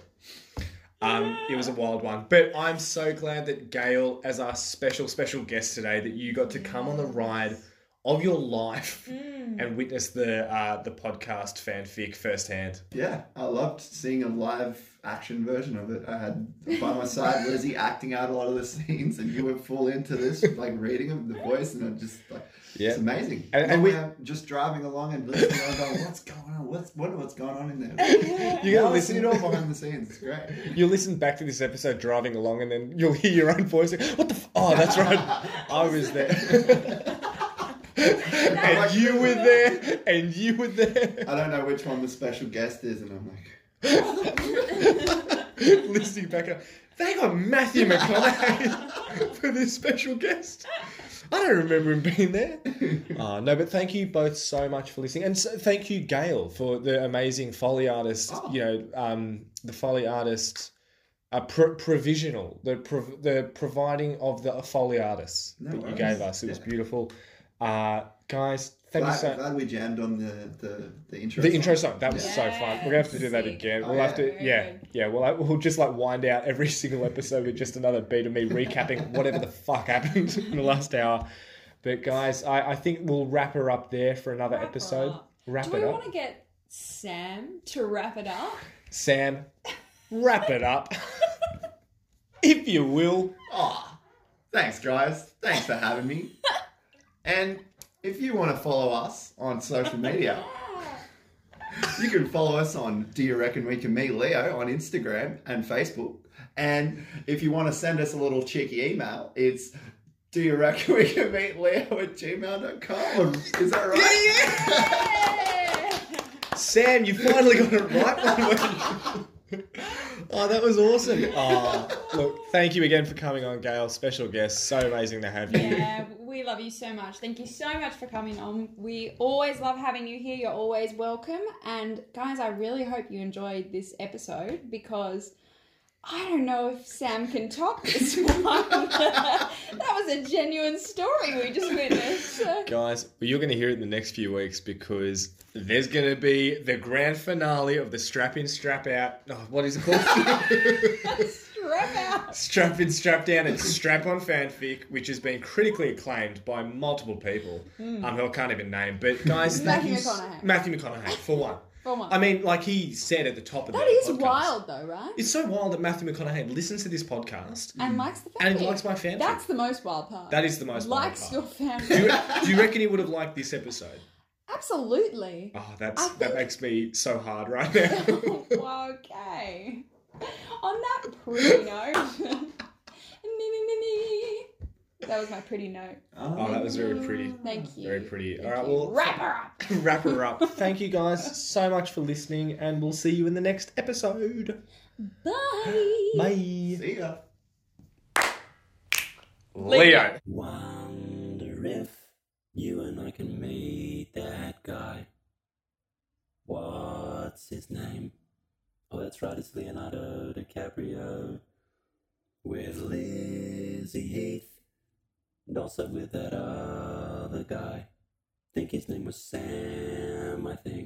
Speaker 3: Um, it was a wild one. But I'm so glad that Gail, as our special, special guest today, that you got to come on the ride of your life
Speaker 2: Mm.
Speaker 3: and witness the uh, the podcast fanfic firsthand.
Speaker 4: Yeah, I loved seeing a live action version of it. I had by my side Lizzie acting out a lot of the scenes, and you were full into this, like reading them, the voice, and I'm just like,
Speaker 3: Yeah.
Speaker 4: it's amazing.
Speaker 3: And- and we-
Speaker 4: are just driving along and listening, and I'm going, what's going on? What's wonder what's going on in there?
Speaker 3: You gotta
Speaker 4: I see
Speaker 3: listen.
Speaker 4: it all behind the scenes. It's great.
Speaker 3: You'll listen back to this episode driving along, and then you'll hear your own voice. like, What the? F- oh, that's right. I was there. and you were there. And you were there.
Speaker 4: I don't know which one the special guest is, and I'm like,
Speaker 3: listening back up. They got Matthew McConaughey for this special guest. I don't remember him being there. Uh, no, but thank you both so much for listening, and so, thank you, Gail, for the amazing foley artist.
Speaker 4: Oh.
Speaker 3: You know, um, the foley artist, uh, pro- provisional, the prov- the providing of the foley artists
Speaker 4: No
Speaker 3: that you
Speaker 4: worries.
Speaker 3: gave us. It was
Speaker 4: Yeah.
Speaker 3: beautiful, uh, guys. Thank you
Speaker 4: glad,
Speaker 3: so.
Speaker 4: glad we jammed on the the, the intro.
Speaker 3: uh, The
Speaker 4: song.
Speaker 3: intro song that was so
Speaker 2: Yeah.
Speaker 3: fun. We're gonna have to do that
Speaker 2: Sick.
Speaker 3: again.
Speaker 4: Oh,
Speaker 3: We'll have
Speaker 4: yeah.
Speaker 3: to,
Speaker 2: Very
Speaker 3: yeah,
Speaker 2: good.
Speaker 3: yeah. We'll have- we'll just like wind out every single episode with just another beat of me recapping whatever the fuck happened in the last hour. But guys, I, I think we'll wrap her up there for another
Speaker 2: Wrap her
Speaker 3: episode.
Speaker 2: up.
Speaker 3: Wrap
Speaker 2: Do
Speaker 3: it
Speaker 2: we
Speaker 3: up,
Speaker 2: want to get Sam to wrap it up?
Speaker 3: Sam. Wrap it up, if you will.
Speaker 4: Aw, thanks, guys. Thanks for having me. and if you want to follow us on social media, you can follow us on Do You Reckon We Can Meet Leo on Instagram and Facebook. And if you want to send us a little cheeky email, it's Do You Reckon We Can Meet Leo at gmail.com. Is that right?
Speaker 3: Sam, you finally got it right. one week. oh, that was awesome. Oh, look, thank you again for coming on, Gail. Special guest, so amazing to have you.
Speaker 2: yeah, we love you so much. Thank you so much for coming on. We always love having you here. You're always welcome. And guys, I really hope you enjoyed this episode because I don't know if Sam can top this one. that was a genuine story we just witnessed.
Speaker 3: Guys, well, you're going to hear it in the next few weeks because there's going to be the grand finale of the Strap In, Strap Out. Oh, what is it called?
Speaker 2: Strap out.
Speaker 3: strap In, Strap Down, and Strap On Fanfic, which has been critically acclaimed by multiple people. Um, who I can't even name. But guys, thank
Speaker 2: Hmm. Matthew
Speaker 3: you s-
Speaker 2: McConaughey.
Speaker 3: Matthew McConaughey, for one.
Speaker 2: For one.
Speaker 3: I mean, like he said at the top of
Speaker 2: Oh That
Speaker 3: the
Speaker 2: is
Speaker 3: podcast,
Speaker 2: wild though, right?
Speaker 3: It's so wild that Matthew McConaughey listens to this podcast
Speaker 2: And likes the family.
Speaker 3: and he likes my fanfic.
Speaker 2: That's the most wild part.
Speaker 3: That is the most wild
Speaker 2: likes
Speaker 3: part.
Speaker 2: your
Speaker 3: do,
Speaker 2: family.
Speaker 3: you, do you reckon he would have liked this episode?
Speaker 2: Absolutely.
Speaker 3: Oh, that's
Speaker 2: I
Speaker 3: that
Speaker 2: think-
Speaker 3: makes me so hard right now.
Speaker 2: Well, okay. On that pretty note. Nee, nee, nee, nee. that was my pretty note.
Speaker 3: oh, that was very pretty.
Speaker 2: Thank you.
Speaker 3: Very pretty.
Speaker 2: Thank
Speaker 3: All right,
Speaker 2: you.
Speaker 3: well,
Speaker 2: wrap her up.
Speaker 3: wrap her up. Thank you guys so much for listening, and we'll see you in the next episode.
Speaker 2: Bye.
Speaker 3: Bye.
Speaker 4: See ya.
Speaker 3: Leo.
Speaker 9: Wonder if you and I can meet that guy. What's his name? Oh, that's right, it's Leonardo DiCaprio. With Lizzie Heath. And also with that other guy. think his name was Sam, I think.